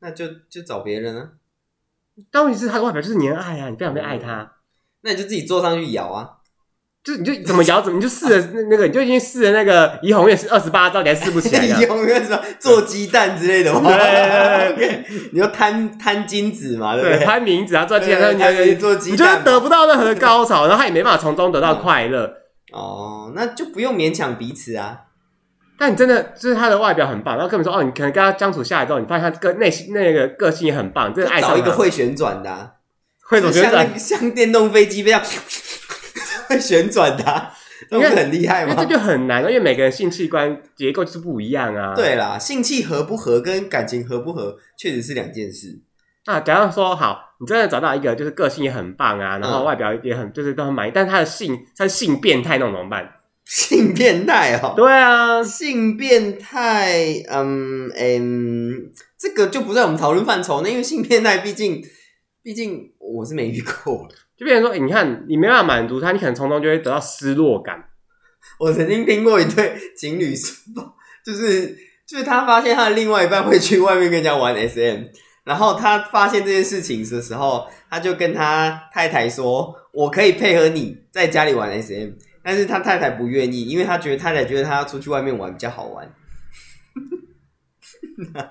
那就就找别人啊，
但问题是他的外表就是你很爱啊，你非常非常爱他，
那你就自己坐上去咬啊。
就是你就怎么摇怎么你就试了那那个，你就已经试了那个怡红院是二十八招，你还试不 起来
你
的。
永远说做鸡蛋之类的吗？
对对
你就摊摊金子嘛，对不
对，
对？
拍名字啊，赚钱，然后
对
你
摊金子
就
做鸡
你就
蛋
是
嘛。
得不到任何的高潮，然后他也没办法从中得到快乐。
哦，那就不用勉强彼此啊。
但你真的就是他的外表很棒，然后根本说哦，你可能跟他相处下来之后，你发现他个内心那个个性也很棒，真的爱上
找一个
他
会旋转的、啊，
会总
就
觉
像
得
那个像电动飞机这样 会旋转的、啊，那
因
不
为
是很厉害
因为这
吗？
就很难，因为每个人性器官结构就是不一样啊。，
对啦，性气合不合跟感情合不合确实是两件事。
那啊假如说好，你真的找到一个就是个性也很棒啊，然后
嗯
外表也很就是都很满意，但是他的性他是性变态那种怎么办？
性变态哦、
对啊，
性变态，嗯嗯，这个就不在我们讨论范畴内，因为性变态毕竟，毕竟我是没遇过。
就变成说，欸你看你没办法满足他，你可能从中就会得到失落感。
我曾经听过一对情侣说， 就是就是他发现他的另外一半会去外面跟人家玩 SM，然后他发现这件事情的时候，他就跟他太太说：“我可以配合你在家里玩 SM。”但是他太太不愿意，因为他觉得太太觉得他要出去外面玩比较好玩。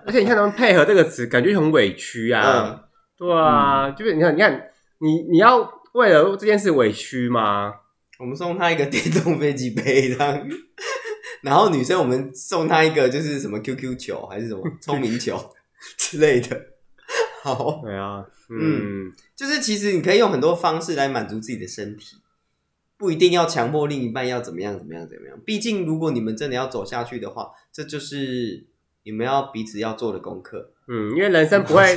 而且你看他们配合这个词，感觉很委屈啊。
嗯，
对啊，就是你看，你看你你要为了这件事委屈吗？
我们送他一个电动飞机杯这样，然后女生我们送她一个就是什么 QQ 球 还是什么聪明球之类的。好。
对啊，嗯，
就是其实你可以用很多方式来满足自己的身体，不一定要强迫另一半要怎么样怎么样怎么样。毕竟如果你们真的要走下去的话，这就是你们要彼此要做的功课。
嗯，因为人生不 会，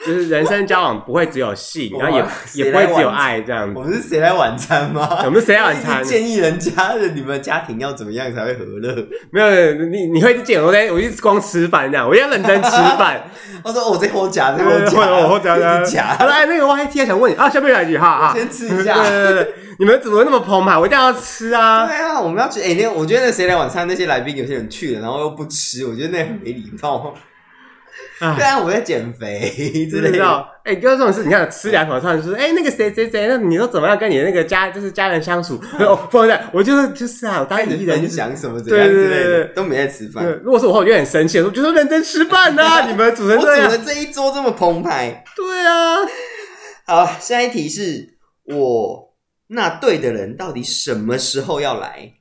就是人生交往不会只有性，
哇
然后也
谁
也不会
来
只有
晚
爱这样
我
子。
们是谁来晚餐吗？
我们谁来晚餐
一直建议人家的你们家庭要怎么样才会和乐？
没有，你你会见我在，我一直光吃饭这样，我一定要认真吃饭。
他说：“哦我在 我夹，在
对
我
对对，
夹，
哎我我讲
一
的
直夹
好了，哎，那个 YT 想问你啊，下面来一句哈啊，
先吃一下
对对对对，你们怎么那么澎湃？我一定要吃啊！
对啊，我们要去。哎、那我觉得那谁来晚餐那些来宾，有些人去了，然后又不吃，我觉得那很没礼貌。
唉
对啊，我在减肥之类
知
的。
道，哎、就是这种事，你看吃两口饭，就是哎、那个谁谁谁，那你都怎么样跟你的那个家，就是家人相处？ 我放在，我就是就是啊，我当
嗯开
你
始
一人
分
就是。
享什么怎样
对对
之
对
类
对
的
对，
都没在吃饭。
对
我，
如果是我，我就会很生气，我就说认真吃饭呐、 你们煮成
煮
这样，
的这一桌这么澎湃。
对啊，
好，下一题是我那对的人到底什么时候要来？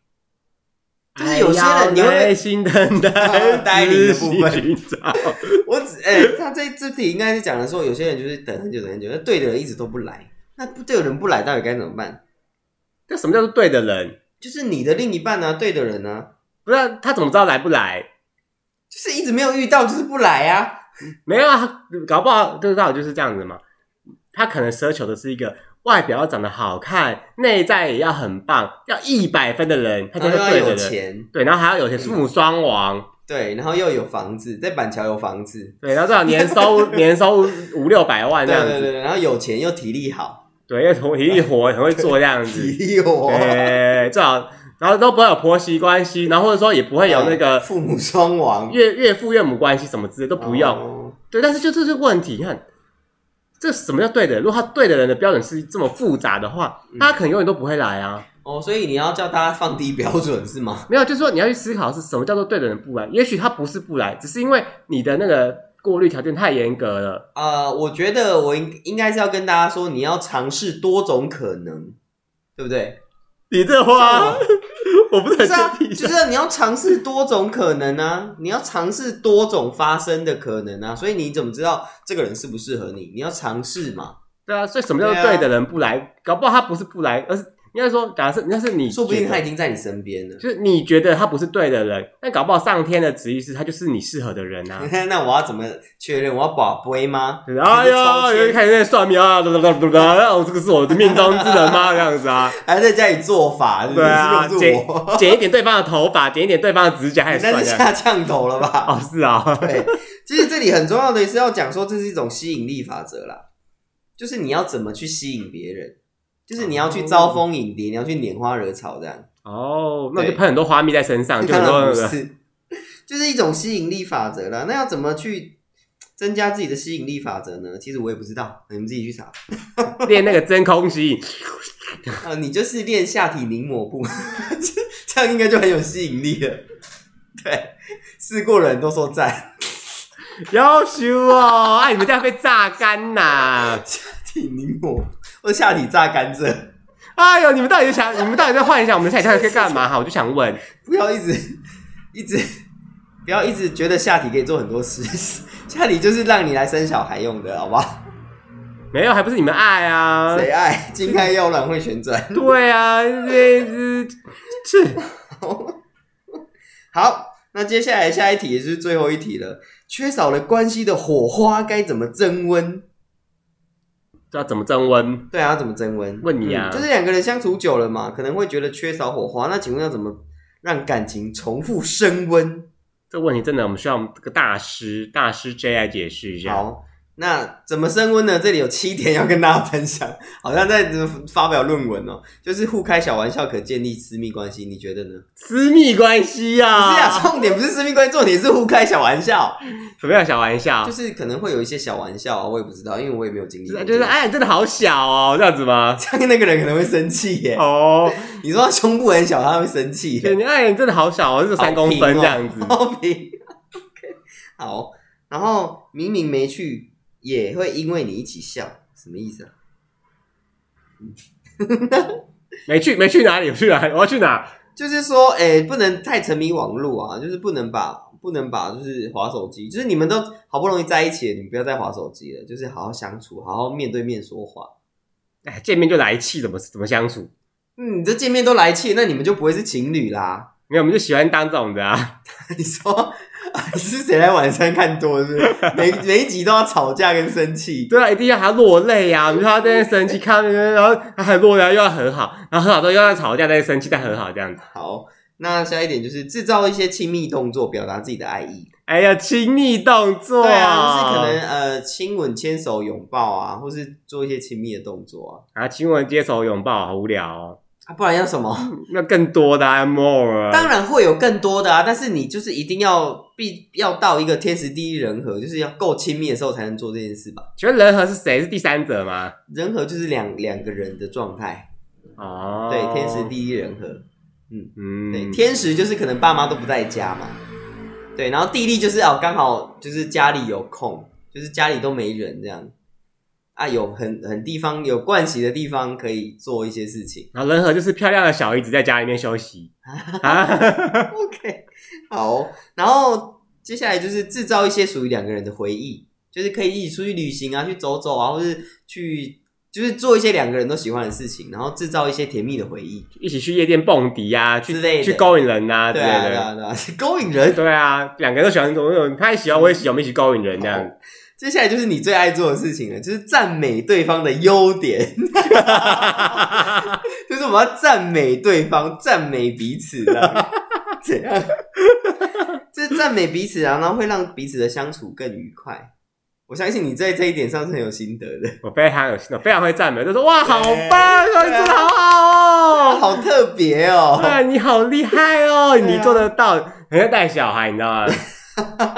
就是有些人你会
哎呀
被
耐心等 待，
呆灵的部分
仔细寻找。
我只哎、他这这题应该是讲的说，有些人就是等很久等很久，那对的人一直都不来，那不对的人不来，到底该怎么办？
那什么叫做对的人？
就是你的另一半呢、啊，对的人呢、啊，
不是啊他怎么知道来不来？
就是一直没有遇到，就是不来啊。
没有啊，他搞不好这个道理就是这样子嘛。他可能奢求的是一个外表要长得好看，内在也要很棒，要一百分的人，他
然
就
后
是啊
又
对
要
的人。
有钱，
对，然后还要有钱，父母双亡，
对，然后又有房子，在板桥有房子，
对，然后至少年 收年收五六百万
对
这样
对
子，
对，然后有钱又体力好，
对，因为活体力活很会做这样子，
体力活，
对，最好，然后都不会有婆媳关系，然后或者说也不哎会有那
嗯
个
父母双亡，
岳岳父岳母关系什么之类都 不用。
哦
对，但是就这是问题，你看这什么叫对的人？如果他对的人的标准是这么复杂的话，
嗯
他可能永远都不会来啊。
哦，所以你要叫大家放低标准是吗？
没有，就是说你要去思考是什么叫做对的人不来。也许他不是不来，只是因为你的那个过滤条件太严格了。
呃，我觉得我应应该是要跟大家说，你要尝试多种可能，对不对？
你这话， 我啊不是
不
很
是啊，
确定。
就是你要尝试多种可能啊，你要尝试多种发生的可能啊，所以你怎么知道这个人适不适合你？你要尝试嘛，
对啊，所以什么叫做对的人不来？搞不好他不是不来，而是应该说，假设那是你
说不定
觉得
他已经在你身边 了。
就是你觉得他不是对的人，但搞不好上天的旨意是他就是你适合的人啊。
那我要怎么确认？我要保杯吗？
就是哎呀，有人开始在算命啊，哒哒哒哒哒，哦，这个是我的命中之人吗？这样子啊，
还在家里做法？是不是
对啊
是不是我？
剪一点对方的头发，剪一点对方的指甲，还
那
算
是
呀。
下降头了吧？
哦，是啊，
对，其实这里很重要的是要讲说，这是一种吸引力法则啦，就是你要怎么去吸引别人，就是你要去招蜂引蝶，你要去拈花惹草这样。
哦，那我就喷很多花蜜在身哦上，就
当
很多
然
那
不
个
是， 就是一种吸引力法则啦。那要怎么去增加自己的吸引力法则呢？其实我也不知道，你们自己去查。
练那个真空吸引。
啊，你就是练下体凝抹布， 这样应该就很有吸引力了。对，试过的人都说赞，
要修哦，哎，你们这样被榨干呐！
体凝抹或下体榨甘蔗。
哎呦，你们到底想，你们到底在幻想我们下一跳在干嘛？哈，我就想问，
不要一直一直不要一直觉得下体可以做很多事，下体就是让你来生小孩用的，好不好？
没有，还不是你们爱啊？
谁爱金开腰软会旋转？
对啊，这是是
好，那接下来下一题也是最后一题了，缺少了关系的火花该怎么增温？
知道怎么增温？
对啊，要怎么增温？
问你啊
嗯就是两个人相处久了嘛，可能会觉得缺少火花，那请问要怎么让感情重复升温？
这问题真的，我们需要我们这个大师大师 J 来解释一下。
好，那怎么升温呢？这里有七点要跟大家分享， 好像在发表论文哦。就是互开小玩笑可建立私密关系，你觉得呢？
私密关系
不
啊，
是啊，重点不是私密关系，重点是互开小玩笑，
什么样的小玩笑
就？是可能会有一些小玩笑啊，我也不知道，因为我也没有经历
就
过
是
这个。
就是，哎，你真的好小哦，这样子 吗？
这样那个人可能会生气耶。
哦，
你说他胸部很小，他会生气
就
耶。
你哎，你真的好小哦，就是
好
三
平
公分
哦
这样子。
好平。OK，好，然后明明没去，也会因为你一起笑，什么意思啊？
没去没去哪里？我去哪里？我要去哪？
就是说，哎、不能太沉迷网络啊，就是不能把不能把就是划手机，就是你们都好不容易在一起了，你们不要再划手机了，就是好好相处，好好面对面说话。
哎，见面就来气，怎么怎么相处？
嗯，你这见面都来气，那你们就不会是情侣啦。
没有，我们就喜欢当这种的啊。
你说 啊，你是谁来晚餐看多是不是？每每一集都要吵架跟生气，
对啊，一定要还要落泪啊！我们就要在那边生气，看到那边然后还落泪，又要和好，然后和好之后又要吵架，再生气，再和好这样子。
好。那下一点就是制造一些亲密动作，表达自己的爱意。
哎呀，亲密动作，
对啊，就是可能呃亲吻、牵手、拥抱啊，或是做一些亲密的动作啊。
啊，亲吻、接手、拥抱，好无聊哦。
啊，不然要什么？
那更多的、啊、more
当
啊，
然会有更多的啊，但是你就是一定要必要到一个天时地利人和，就是要够亲密的时候才能做这件事吧。
请问人和是谁？是第三者吗？
人和就是两两个人的状态，
哦，
对，天时，地利人和。
嗯，
对，天时就是可能爸妈都不在家嘛，对，然后地利就是哦，刚好就是家里有空，就是家里都没人这样。啊，有很很地方有惯习的地方可以做一些事情。
然后人和就是漂亮的小姨子在家里面休息啊，
OK，好，哦然后接下来就是制造一些属于两个人的回忆，就是可以一起出去旅行啊，去走走啊，或是去就是做一些两个人都喜欢的事情，然后制造一些甜蜜的回忆。
一起去夜店蹦迪啊，去
之类的
去勾引人啊之
对
类
啊，对
的。
啊，对啊， 勾引人。
对啊，两个人都喜欢这种，他也喜欢，我也喜欢，我们一起勾引人这
哦
样。
接下来就是你最爱做的事情了，就是赞美对方的优点， 就是我们要赞美对方，赞美彼此这样，怎样？就是赞美彼此啊，然后会让彼此的相处更愉快。我相信你在这一点上是很有心得的。
我非常有，我非常会赞美，就说哇，好棒
对
哦，你做的好好
哇，
哦，
好特别哦！
哇，你好厉害哦，
啊
你做得到，很像带小孩，你知道吗？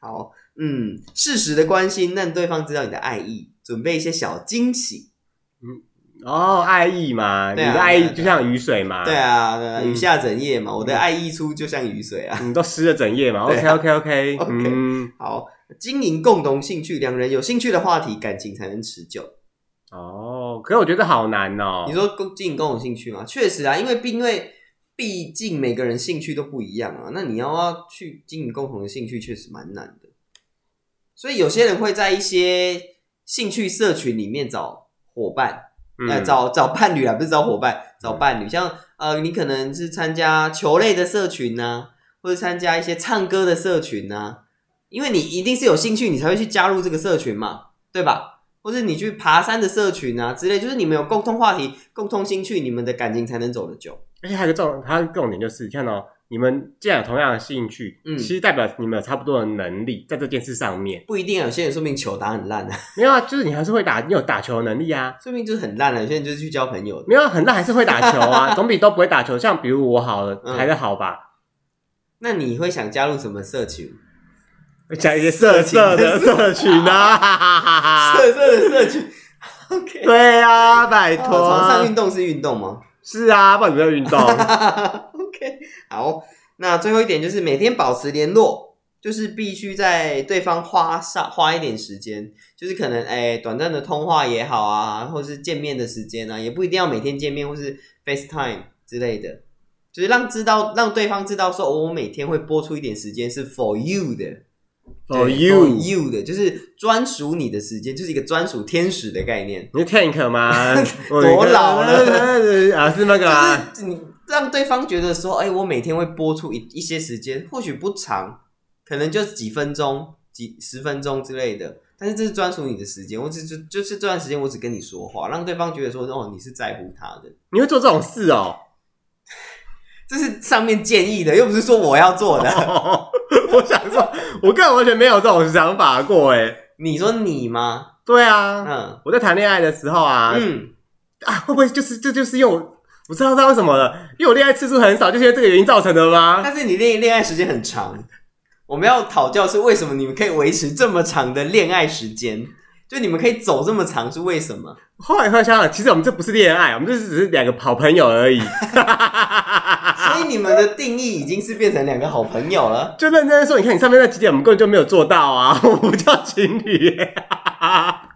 好，嗯，适时的关心，让对方知道你的爱意，准备一些小惊喜。
哦，爱意嘛，你
对啊
的爱
对
意
啊
就像雨水嘛，
对，啊，对啊
嗯
雨下整夜嘛，我的爱溢出就像雨水啊。
你都湿了整夜嘛。哦
对
OK
啊
OK OK，
OK
嗯，
好，经营共同兴趣，两人有兴趣的话题，感情才能持久。
哦，可是我觉得好难哦
你。说共经营共同兴趣吗？确实啊，因为毕因为毕竟每个人兴趣都不一样啊，那你要要去经营共同的兴趣，确实蛮难的。所以有些人会在一些兴趣社群里面找伙伴，呃，
嗯，
找找伴侣啊，不是找伙伴，找伴侣。像呃，你可能是参加球类的社群呐、或者参加一些唱歌的社群呐、因为你一定是有兴趣，你才会去加入这个社群嘛，对吧？或者你去爬山的社群啊之类，就是你们有共通话题、共通兴趣，你们的感情才能走得久。
而且还有一个重，还有一个重点就是，看哦，你们既然有同样的兴趣，
嗯
其实代表你们有差不多的能力在这件事上面。
不一定啊，有些人说明球打很烂啊，
没有啊，就是你还是会打，你有打球的能力啊。
说明就是很烂啊，有些人就是去交朋友的。
没有啊很烂，还是会打球 啊，总比都不会打球。像比如我好了，
嗯
还是好吧。
那你会想加入什么社群？
讲一些色色的社群啊，哈哈哈哈。
色色的社群，OK。
对啊，拜
哦
托啊。
床上运动是运动吗？
是啊，不然你没有运动。
OK，好，那最后一点就是每天保持联络，就是必须在对方花上花一点时间，就是可能哎、短暂的通话也好啊，或是见面的时间啊，也不一定要每天见面或是 FaceTime 之类的，就是让知道让对方知道说、哦我每天会拨出一点时间是 for you 的
For
对
you
for you 的，就是专属你的时间，就是一个专属天使的概念。
你是 Tank 吗？
多老了
啊，是那个啊。
就是你让对方觉得说，哎、我每天会播出一一些时间，或许不长，可能就几分钟、几十分钟之类的，但是这是专属你的时间。我只就就是这段时间，我只跟你说话，让对方觉得说，哦，你是在乎他的。
你会做这种事哦？
这是上面建议的，又不是说我要 做的。
我想说，我个人完全没有这种想法过哎。
你说你吗？
对啊，
嗯
我在谈恋爱的时候啊，
嗯，
啊，会不会就是这就是因为我我知道知道为什么了，因为我恋爱次数很少，就是因为这个原因造成的吗？
但是你恋恋爱时间很长，我们要讨教是为什么你们可以维持这么长的恋爱时间，就你们可以走这么长是为什么？
后来突然想想，其实我们这不是恋爱，我们这只是两个好朋友而已。
所以你们的定义已经是变成两个好朋友了。
就认真地说，你看你上面那几点，我们根本就没有做到啊，我们不叫情侣、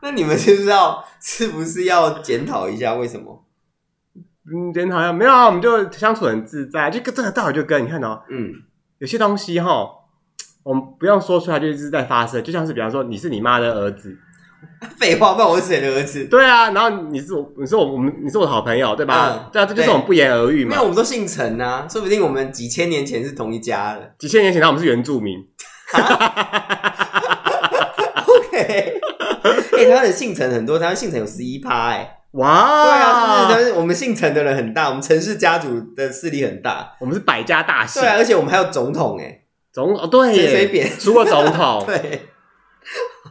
那你们就是要是不是要检讨一下为什么？
嗯，人好像没有啊，我们就相处很自在，就跟这个道理就跟你看哦，
嗯，
有些东西哈，我们不用说出来，就一直在发生，就像是比方说你是你妈的儿子，
废话，不然我是谁的儿子？
对啊，然后你是我，你是我，我们你是我的好朋友，对吧？
嗯
对啊，这就是
对
我们不言而喻
没
嘛
有，。我们都姓陈啊，说不定我们几千年前是同一家的。
几千年前，我们是原住民，
OK，哎、 台湾的姓陈很多，台湾姓陈有十一趴，哎、
哇，
对啊，是不是？但是我们姓陈的人很大，我们陈氏家族的势力很大，
我们是百家大姓
对，啊，而且我们还有总统，哎，
总哦对
随
耶，
随便
除了总统，
对，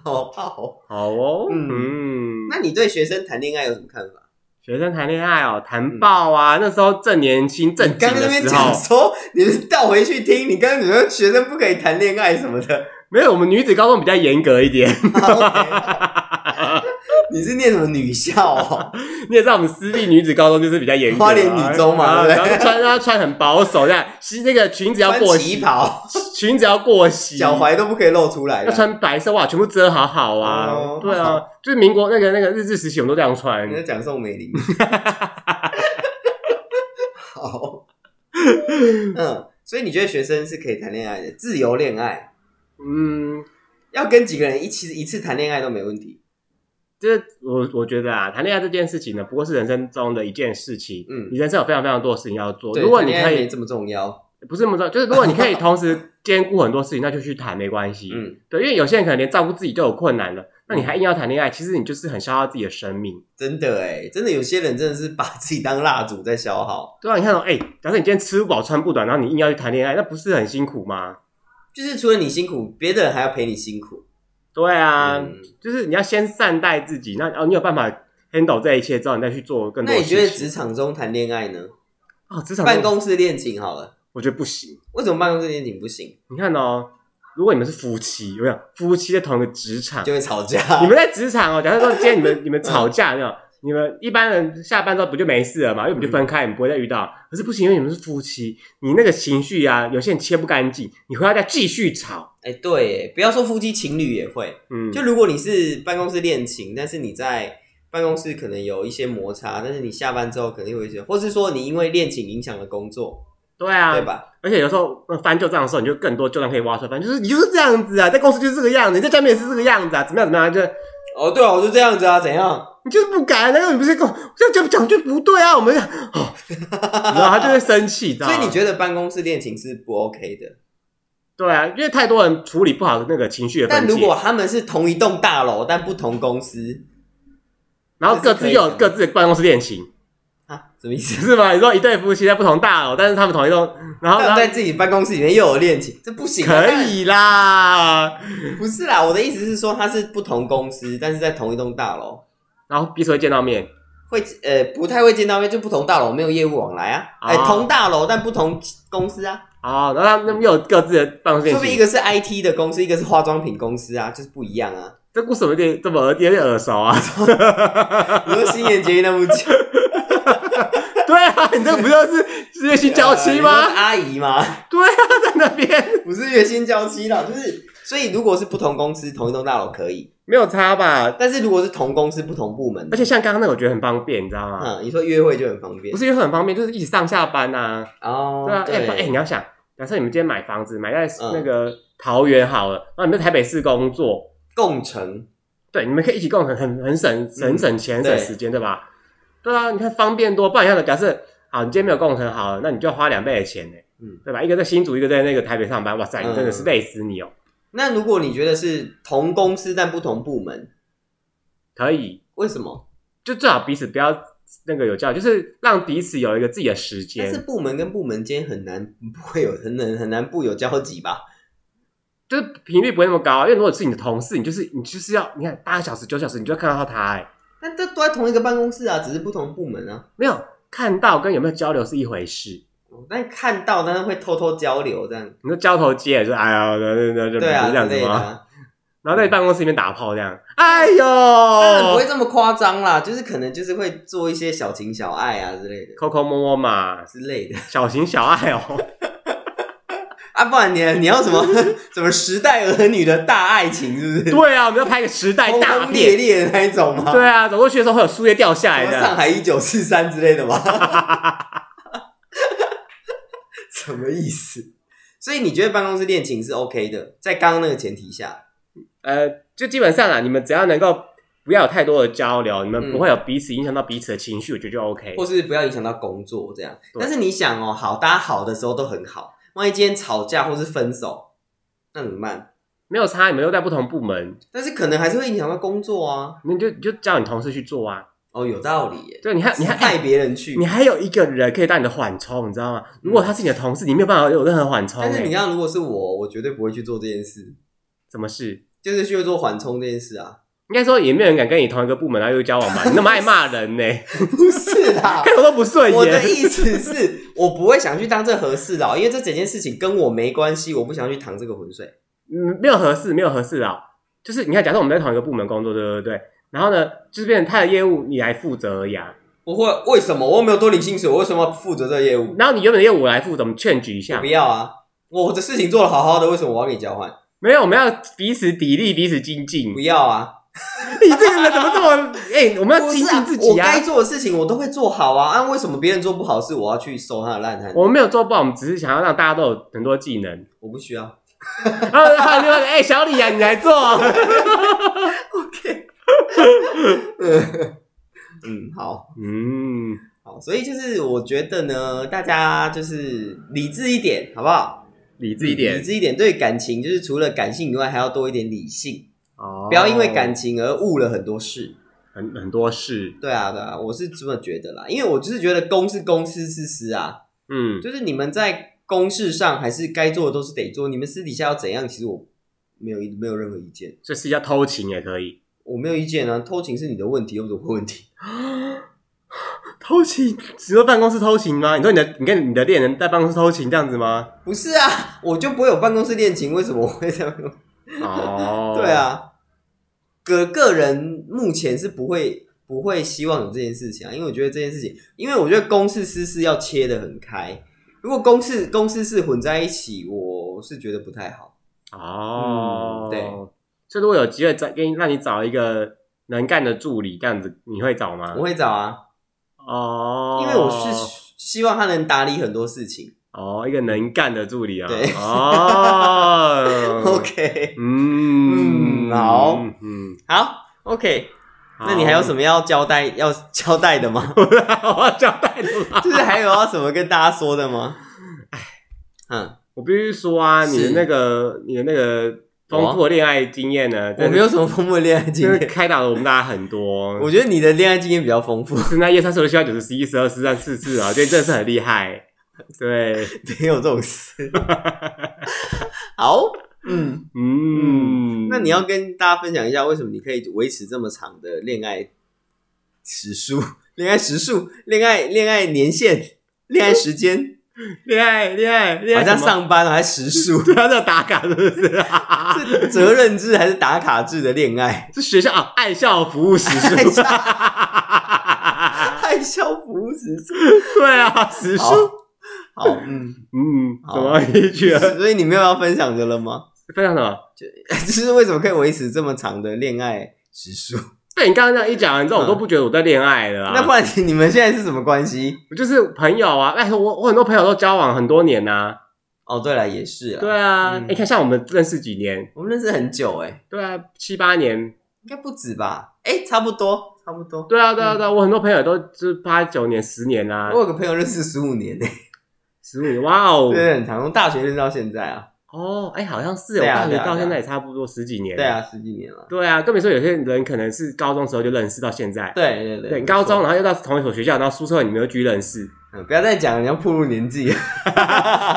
好好。
好哦，
嗯
嗯，
那你对学生谈恋爱有什么看法？
学生谈恋爱哦，谈爆啊，那时候正年轻正
嗯
经
刚刚那
的
边
时候，
讲说，你们倒回去听，你刚刚你说学生不可以 谈恋爱什么的。
没有，我们女子高中比较严格一点。
好，OK 你是念什么女校哦？
你也知道我们私立女子高中就是比较严格啊，
花莲女中嘛
啊
对不
然
对
后穿然后穿很保守，这样是那个裙子要
穿
过
旗
膝，
袍，
裙子要过膝，
脚踝都不可以露出来
要
的。
穿白色袜，全部遮好好啊。
哦
对啊，就是民国那个那个日治时期，我们都这样穿
你。在讲宋 美龄？好，嗯，所以你觉得学生是可以谈恋爱的，自由恋爱，
嗯，
要跟几个人一起一次谈恋爱都没问题。
这我我觉得啊，谈恋爱这件事情呢，不过是人生中的一件事情。
嗯
你人生有非常非常多的事情要做。
对
如果你
谈恋
可
爱没
以
这么重要，
不是那么说，就是如果你可以同时兼顾很多事情，那就去谈没关系。
嗯，
对，因为有些人可能连照顾自己都有困难了，那你还硬要谈恋爱，其实你就是很消耗自己的生命。
真的哎，真的有些人真的是把自己当蜡烛在消耗。
对啊，你看哦，哎、假设你今天吃不饱穿不暖，然后你硬要去谈恋爱，那不是很辛苦吗？
就是除了你辛苦，别的人还要陪你辛苦。
对啊，
嗯，
就是你要先善待自己，那哦，你有办法 handle 这一切之后，你再去做更多
那
的
你
事情。
觉得职场中谈恋爱呢？
哦，职场
办，公室恋情好了，
我觉得不行。
为什么办公室恋情不行？
你看哦，如果你们是夫妻，有没有夫妻在同一个职场？
就会吵架。
你们在职场哦，假设说今天你们你们吵架，有没有？你们一般人下班之后不就没事了嘛？因为我们就分开，你们不会再遇到。可是不行，因为你们是夫妻，你那个情绪啊，有些人切不干净，你回来再继续吵。
哎、对耶，不要说夫妻情侣也会。
嗯，
就如果你是办公室恋情，但是你在办公室可能有一些摩擦，但是你下班之后可能会有一些，或是说你因为恋情影响了工作，
对啊，
对吧？
而且有时候呃翻旧账的时候，你就更多旧账可以挖出来翻，就是你就是这样子啊，在公司就是这个样子，你在家里也是这个样子啊，怎么样怎么样，就
哦，对啊，我就这样子啊，怎样？
你就是不敢，然后你不是跟我这样讲讲就不对啊，我们就 哦，然后他就会生气，知道
所
吗
以你觉得办公室恋情是不 OK 的？
对啊，因为太多人处理不好那个情绪的分
但
界，
如果他们是同一栋大楼，但不同公司
然后各自又有各自的办公室恋情，
啊，什么意思？
是吗？你说一对夫妻在不同大楼，但是他们同一栋，然后
那
然后
在自己办公室里面又有恋情，这不行、啊。
可以啦，
但，不是啦，我的意思是说，他是不同公司，但是在同一栋大楼，
然后彼此会见到面，
会呃不太会见到面，就不同大楼没有业务往来啊。
哦
哎、同大楼但不同公司啊，
哦，然后他们又有各自的办公室
说
恋
不定一
情，
个是 IT 的公司，一个是化妆品公司啊，就是不一样啊。
这故事怎么有点这么耳有点耳熟啊？
你说新垣结衣那部剧
对啊，你这不就是月薪娇妻
呃你说
吗？
是阿姨吗？
对啊，在那边
不是月薪娇妻啦，就是所以如果是不同公司同一栋大楼可以，
没有差吧？
但是如果是同公司不同部门的，
而且像刚刚那个，我觉得很方便，你知道吗？
嗯，你说约会就很方便
不是因为很方便，就是一起上下班呐、
哦嗯
对啊，哎、哎、你要想，假设你们今天买房子，买在那个桃园好了，然后你们在台北市工作，
共乘。
对，你们可以一起共很很很省省省钱、
嗯对
省时间，对吧？对啊，你看方便多，不然你看，假设好，你今天没有共乘好了，那你就要花两倍的钱呢、
嗯
对吧？一个在新竹，一个在那个台北上班，哇塞，你真的是
嗯
累死你哦、
那如果你觉得是同公司但不同部门，
可以，
为什么？
就最好彼此不要那个有交流，就是让彼此有一个自己的时
但是
间，
部门跟部门间很难不会有很难很难不有交集吧？
就是频率不会那么高。因为如果是你的同事，你就是你就是要你看八个小时、九小时，你就要看到他、哎，
但这都在同一个办公室啊，只是不同部门啊。
没有看到跟有没有交流是一回事。
哦但看到，但是会偷偷交流这样，
你说交头接耳，就哎呀，那那那就
对啊
这样子
之类的、
吗？
啊，
然后在你办公室里面打炮这样，哎呦，
当然不会这么夸张啦，就是可能就是会做一些小情小爱啊之类的
抠抠摸摸嘛，
之类的
小情小爱哦。
啊，不然你你要什么 什么时代儿女的大爱情是 不是？
对啊，我们要拍个时代
轰
大
轰烈
片。
烈的那一种吗？
对啊，走过去的时候会有树叶掉下来
什么上
的。
海一九四三之类的吗？ 什么意思？所以你觉得办公室恋情是 OK 的，在刚刚那个前提下，
呃，就基本上啊，你们只要能够不要有太多的交流，你们不
嗯
会有彼此影响到彼此的情绪，我觉得就 OK
或。是不要影响到工作这样。
对
但是你想哦，好，大家好的时候都很好，万一今天吵架或是分手，那怎么办？
没有差，你们又在不同部门，
但是可能还是会影响到工作啊。
你就你就叫你同事去做啊。
哦，有道理耶，
对，你还你还、
派别人去
你。还有一个人可以当你的缓冲，你知道吗？如果他是你的同事，你没有办法有任何缓冲、欸。
嗯但是你要如果是我，我绝对不会去做这件事，
什么事？
就是去做缓冲这件事 啊。
应该说也没有人敢跟你同一个部门，然后又交往 吧？你那么爱骂人呢、
不是 啦，
看我都不顺
我的
眼。
意思是，我不会想去当这和事佬，因为这整件事情跟我没关系，我不想去淌这个浑水。
嗯，没有合适，没有合适啊。就是你看，假设我们在同一个部门工作，对对对，然后呢，就是变成他的业务你来负责而已啊。
不会，为什么我又没有多领薪水？我为什么要负责这个业务？
然后你原本的业务我来负责，我们劝举一下
不，要啊！我的事情做得好好的，为什么我要跟你交换？
没有，我们要彼此砥砺，彼此精进。
不要啊！
你这个人怎么这么…… 哎、我们要
不
精
是
进
啊
自己
我
啊！
该做的事情我都会做好啊！啊，为什么别人做不好是我要去收他的烂摊子？
我们没有做不好，我们只是想要让大家都有很多技能。
我不需要。
然后还有另外一个，哎、小李啊，你来 做。
嗯，好
嗯，
好，所以就是我觉得呢，大家就是理智一点，好不好？
理智一点
理智一点，对感情就是除了感性以外，还要多一点理性，
哦，
不要因为感情而误了很多事。
很很多事。
对啊，对啊，我是这么觉得啦，因为我就是觉得公是公，私是私啊，
嗯，
就是你们在公事上还是该做的都是得做，你们私底下要怎样，其实我没有没有任何意见，
这是要偷情也可以。
我没有意见啊，偷情是你的问题，又不是我的问题，
偷情？只说办公室偷情吗？你说你的，你跟你的恋人在办公室偷情这样子吗？
不是啊，我就不会有办公室恋情，为什么我会在办公？
哦
对，啊，个个人目前是不会不会希望有这件事情啊，因为我觉得这件事情，因为我觉得公事私事要切的很开，如果公事公事事混在一起，我是觉得不太好。
哦，
嗯对。
所以如果有机会找给你让你找一个能干的助理，这样子你会找吗
我？会找啊，
哦，
因为我是希望他能打理很多事情。
哦一个能干的助理啊。
对
哦
OK，
嗯
嗯好
嗯，
好，OK，那你还有什么要交代要交代 的吗？
么 我要交代的吗？
就是还有要什么跟大家说的吗？哎，
我必须说啊，你的
是
那个你的那个丰富的恋爱经验呢，
嗯，我没有什么丰富的恋爱经
真的，真的
验，
开导了我们大家很多。
我觉得你的恋爱经验比较丰富，
是那夜三十六、七八、九十、十一、十二、十三、四次啊，这真的是很厉害。对，
没有这种事。好，嗯，
嗯，
那你要跟大家分享一下，为什么你可以维持这么长的恋爱时数、 恋爱时数、恋爱恋爱年限、恋爱时间？
恋爱恋爱恋爱
好像
什么
上班了还时数，
对啊，在打卡是不是？啊
是责任制还是打卡制的恋 爱？
是学校啊，爱校服务时数。
爱校爱笑服务时 数，
对啊，时
好
数。，
好，嗯，
嗯，
好
怎么一句啊？
所以你没有要分享的了吗？
分享什么？
就是为什么可以维持这么长的恋爱时数？
被你刚刚这样一讲，你知道我都不觉得我在恋爱了啊。
那不然你们现在是什么关系？
我就是朋友啊，哎，我我很多朋友都交往很多年呐、
哦，对了，也是啊，
对啊，你、
嗯
看像我们认识几年，
我们认识很久哎、
对啊，七八年，
应该不止吧？哎、差不多，差不多。
对啊，对啊，对啊，我很多朋友都就是八九年、十年啊
我，有个朋友认识十五年呢、
十五年，哇哦，
对，很长，从大学认识到现在啊，
哦，哎，好像是，我
对啊
大学
对啊
到
对啊
现在也差不多十几年，
对啊，，十几年了，
对啊，更别说有些人可能是高中时候就认识到现在，
对对对，
对，
没
高中
错
然后又到同一所学校，然后宿舍你们又继续认 识，
嗯不要再讲了，你要步入年纪。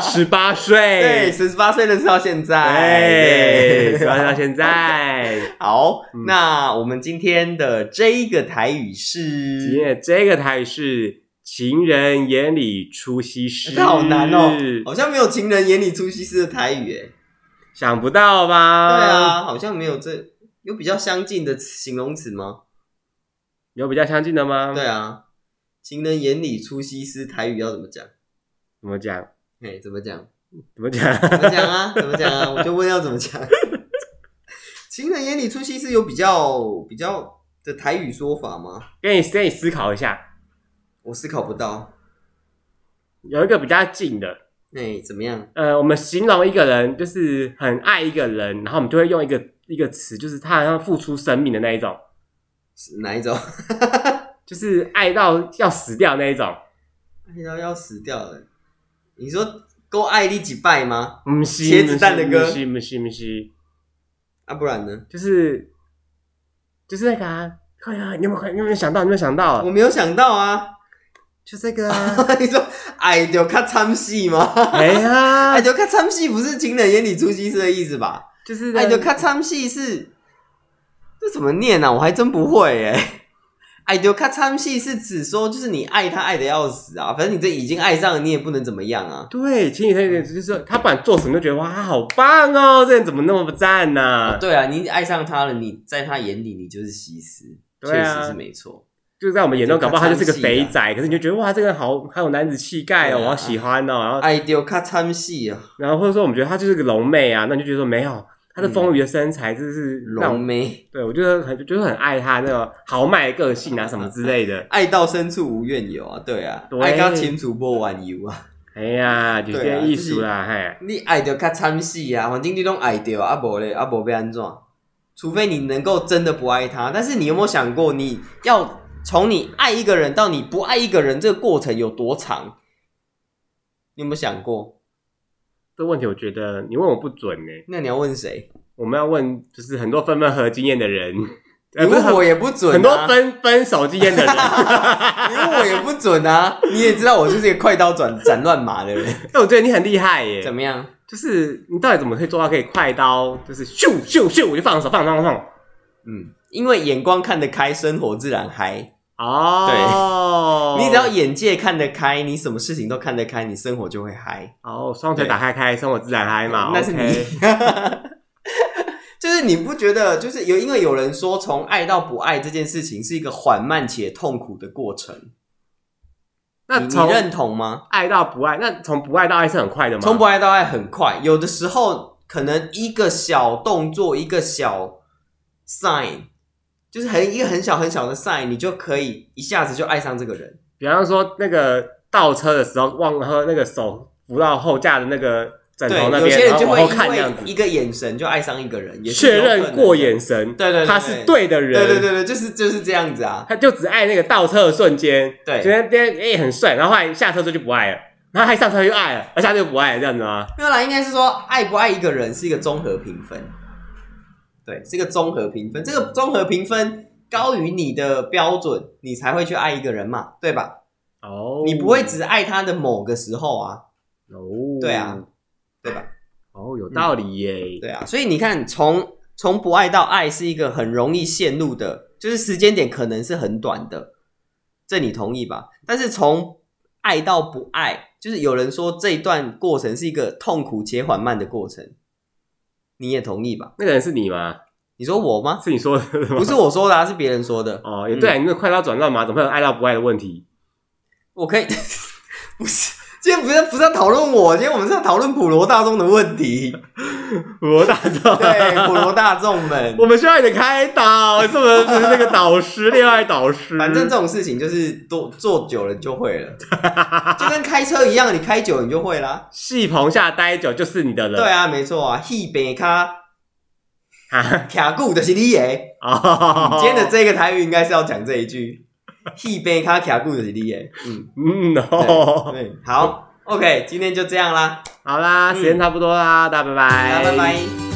十八
对，
岁，哎
十八岁认识到现在，
对，哎十八岁到现在，
好
嗯，
那我们今天的这一个台
今
语是，
天这个台是情人眼里出西施，
这好难哦，好像没有情人眼里出西施的台语，哎，
想不到吧？
对，啊，好像没有这有比较相近的形容词吗？
有比较相近的吗？
对，啊，情人眼里出西施台语要怎么讲？
怎么讲？
哎，怎么讲？
怎么讲？
怎么讲啊？怎么讲啊？我就问要怎么讲。 情人眼里出西施有比较比较的台语说法吗？
给你给你思考一下，
我思考不到。
有一个比较近的，
哎、怎么样？
呃，我们形容一个人就是很爱一个人，然后我们就会用一个一个词，就是他好像付出生命的那一种，
是哪一种？
就是爱到要死掉那一种。
爱到哎要死掉了。你说够爱你几拜吗？
不是
茄子蛋的歌
不是不是不是，
啊，不然呢？
就是就是那个啊，快啊！你有没有你有没有想到？你有没有想到
我？没有想到啊。
就这个啊。
你说爱就看参戏吗？
哎呀
爱，就看参戏不是情人眼里出西施的意思吧？
哎就是
爱就看参戏是这怎么念啊？我还真不会哎。爱就看参戏是指说，就是你爱他爱的要死啊，反正你这已经爱上了，你也不能怎么样啊。
对，情侣推荐就是说他不管做什么都觉得哇，他好棒哦，这人怎么那么赞呢、
啊对啊，你爱上他了，你在他眼里你就是西施。确
对啊
实是没错。
就是在我们眼中，
就
搞
看
不好他就是个
唱戏啊
肥仔，可是你就觉得哇，这个人好好有男子气概哦，
对啊
我好喜欢哦，然后
爱丢卡参戏啊，
然后或者说我们觉得她就是个龙妹啊，那你就觉得说没有，她的丰腴的身材真是让
龙
我
妹
对我觉得很就是很爱她那个豪迈的个性啊什么之类的。
爱到深处无怨尤啊，对啊，
对
爱到清楚不玩游啊，
哎呀，就是这艺术啦，嘿，
你爱到卡参戏啊，反正你拢爱到啊，啊无咧啊无被安怎？除非你能够真的不爱他，但是你有没有想过，你要从你爱一个人到你不爱一个人，这个过程有多长？你有没有想过？
这问题我觉得你问我不准呢、
那你要问谁？
我们要问就是很多分分合经验的人，
你
呃不是
问
很
我也不准、啊，
很 多分分手经验的人。
你问我也不准啊！你也知道我就是一个快刀斩斩乱麻的人，
但我觉得你很厉害耶、
怎么样？
就是你到底怎么可以做到可以快刀，就是咻咻咻我就放手放放放
嗯，因为眼光看得开，生活自然嗨。
哦，
你只要眼界看得开，你什么事情都看得开，你生活就会嗨。
哦双腿打开开，生活自然嗨嘛，
那是你
OK。
就是你不觉得，就是有因为有人说从爱到不爱这件事情是一个缓慢且痛苦的过程，你
那
你
从
认同吗？
爱到不爱，那从不爱到爱是很快的吗？
从不爱到爱很快，有的时候可能一个小动作，一个小 sign，就是很一个很小很小的 sign，你就可以一下子就爱上这个人。
比方说那个倒车的时候忘了那个手扶到后架的那个枕
对
头那，
有
边，
些人
然后
就会
往后看这
因
样
为
子，
一个眼神就爱上一个人，也是
确
有可能的
认过，眼神，
对对对对
他是对的人，
对对对对，就是就是这样子啊。
他就只爱那个倒车的瞬间，
对
觉得那边哎很帅，然后后来下车之后就不爱了，然后他一上车就爱了，而下车就不爱了，这样子吗？
没有啦，应该是说爱不爱一个人是一个综合评分，对，是一个综合评分。这个综合评分高于你的标准，你才会去爱一个人嘛，对吧？
哦
你不会只爱他的某个时候啊，
哦，
对啊，对吧？
哦，有道理耶，
对啊，所以你看，从从不爱到爱是一个很容易陷入的，就是时间点可能是很短的，这你同意吧？但是从爱到不爱，就是有人说这一段过程是一个痛苦且缓慢的过程，你也同意吧？
那个人是你吗？
你说我吗？
是你说的吗？
不是我说的、啊，是别人说的。
哦，也对啊，你那快刀转乱麻，怎么会有爱到不爱的问题？
我可以，不是，今天不是不是要讨论我，今天我们是要讨论普罗大众的问题。
我大招，
对，普罗大众们，
我们需要你的开导，是不是？是那个导师，恋爱导师，
反正这种事情就是多做久了就会了，就跟开车一样，你开久了你就会啦。
戏棚下待久就是你的了。
对啊，没错啊，戏北卡
啊，
卡固的是你耶。
哦，
今天的这个台语应该是要讲这一句，戏北卡卡固的是你耶。嗯，
嗯
对
哦，
对，好，OK，今天就这样啦，
嗯好啦，时间差不多啦，大家拜
大
拜，
家拜拜。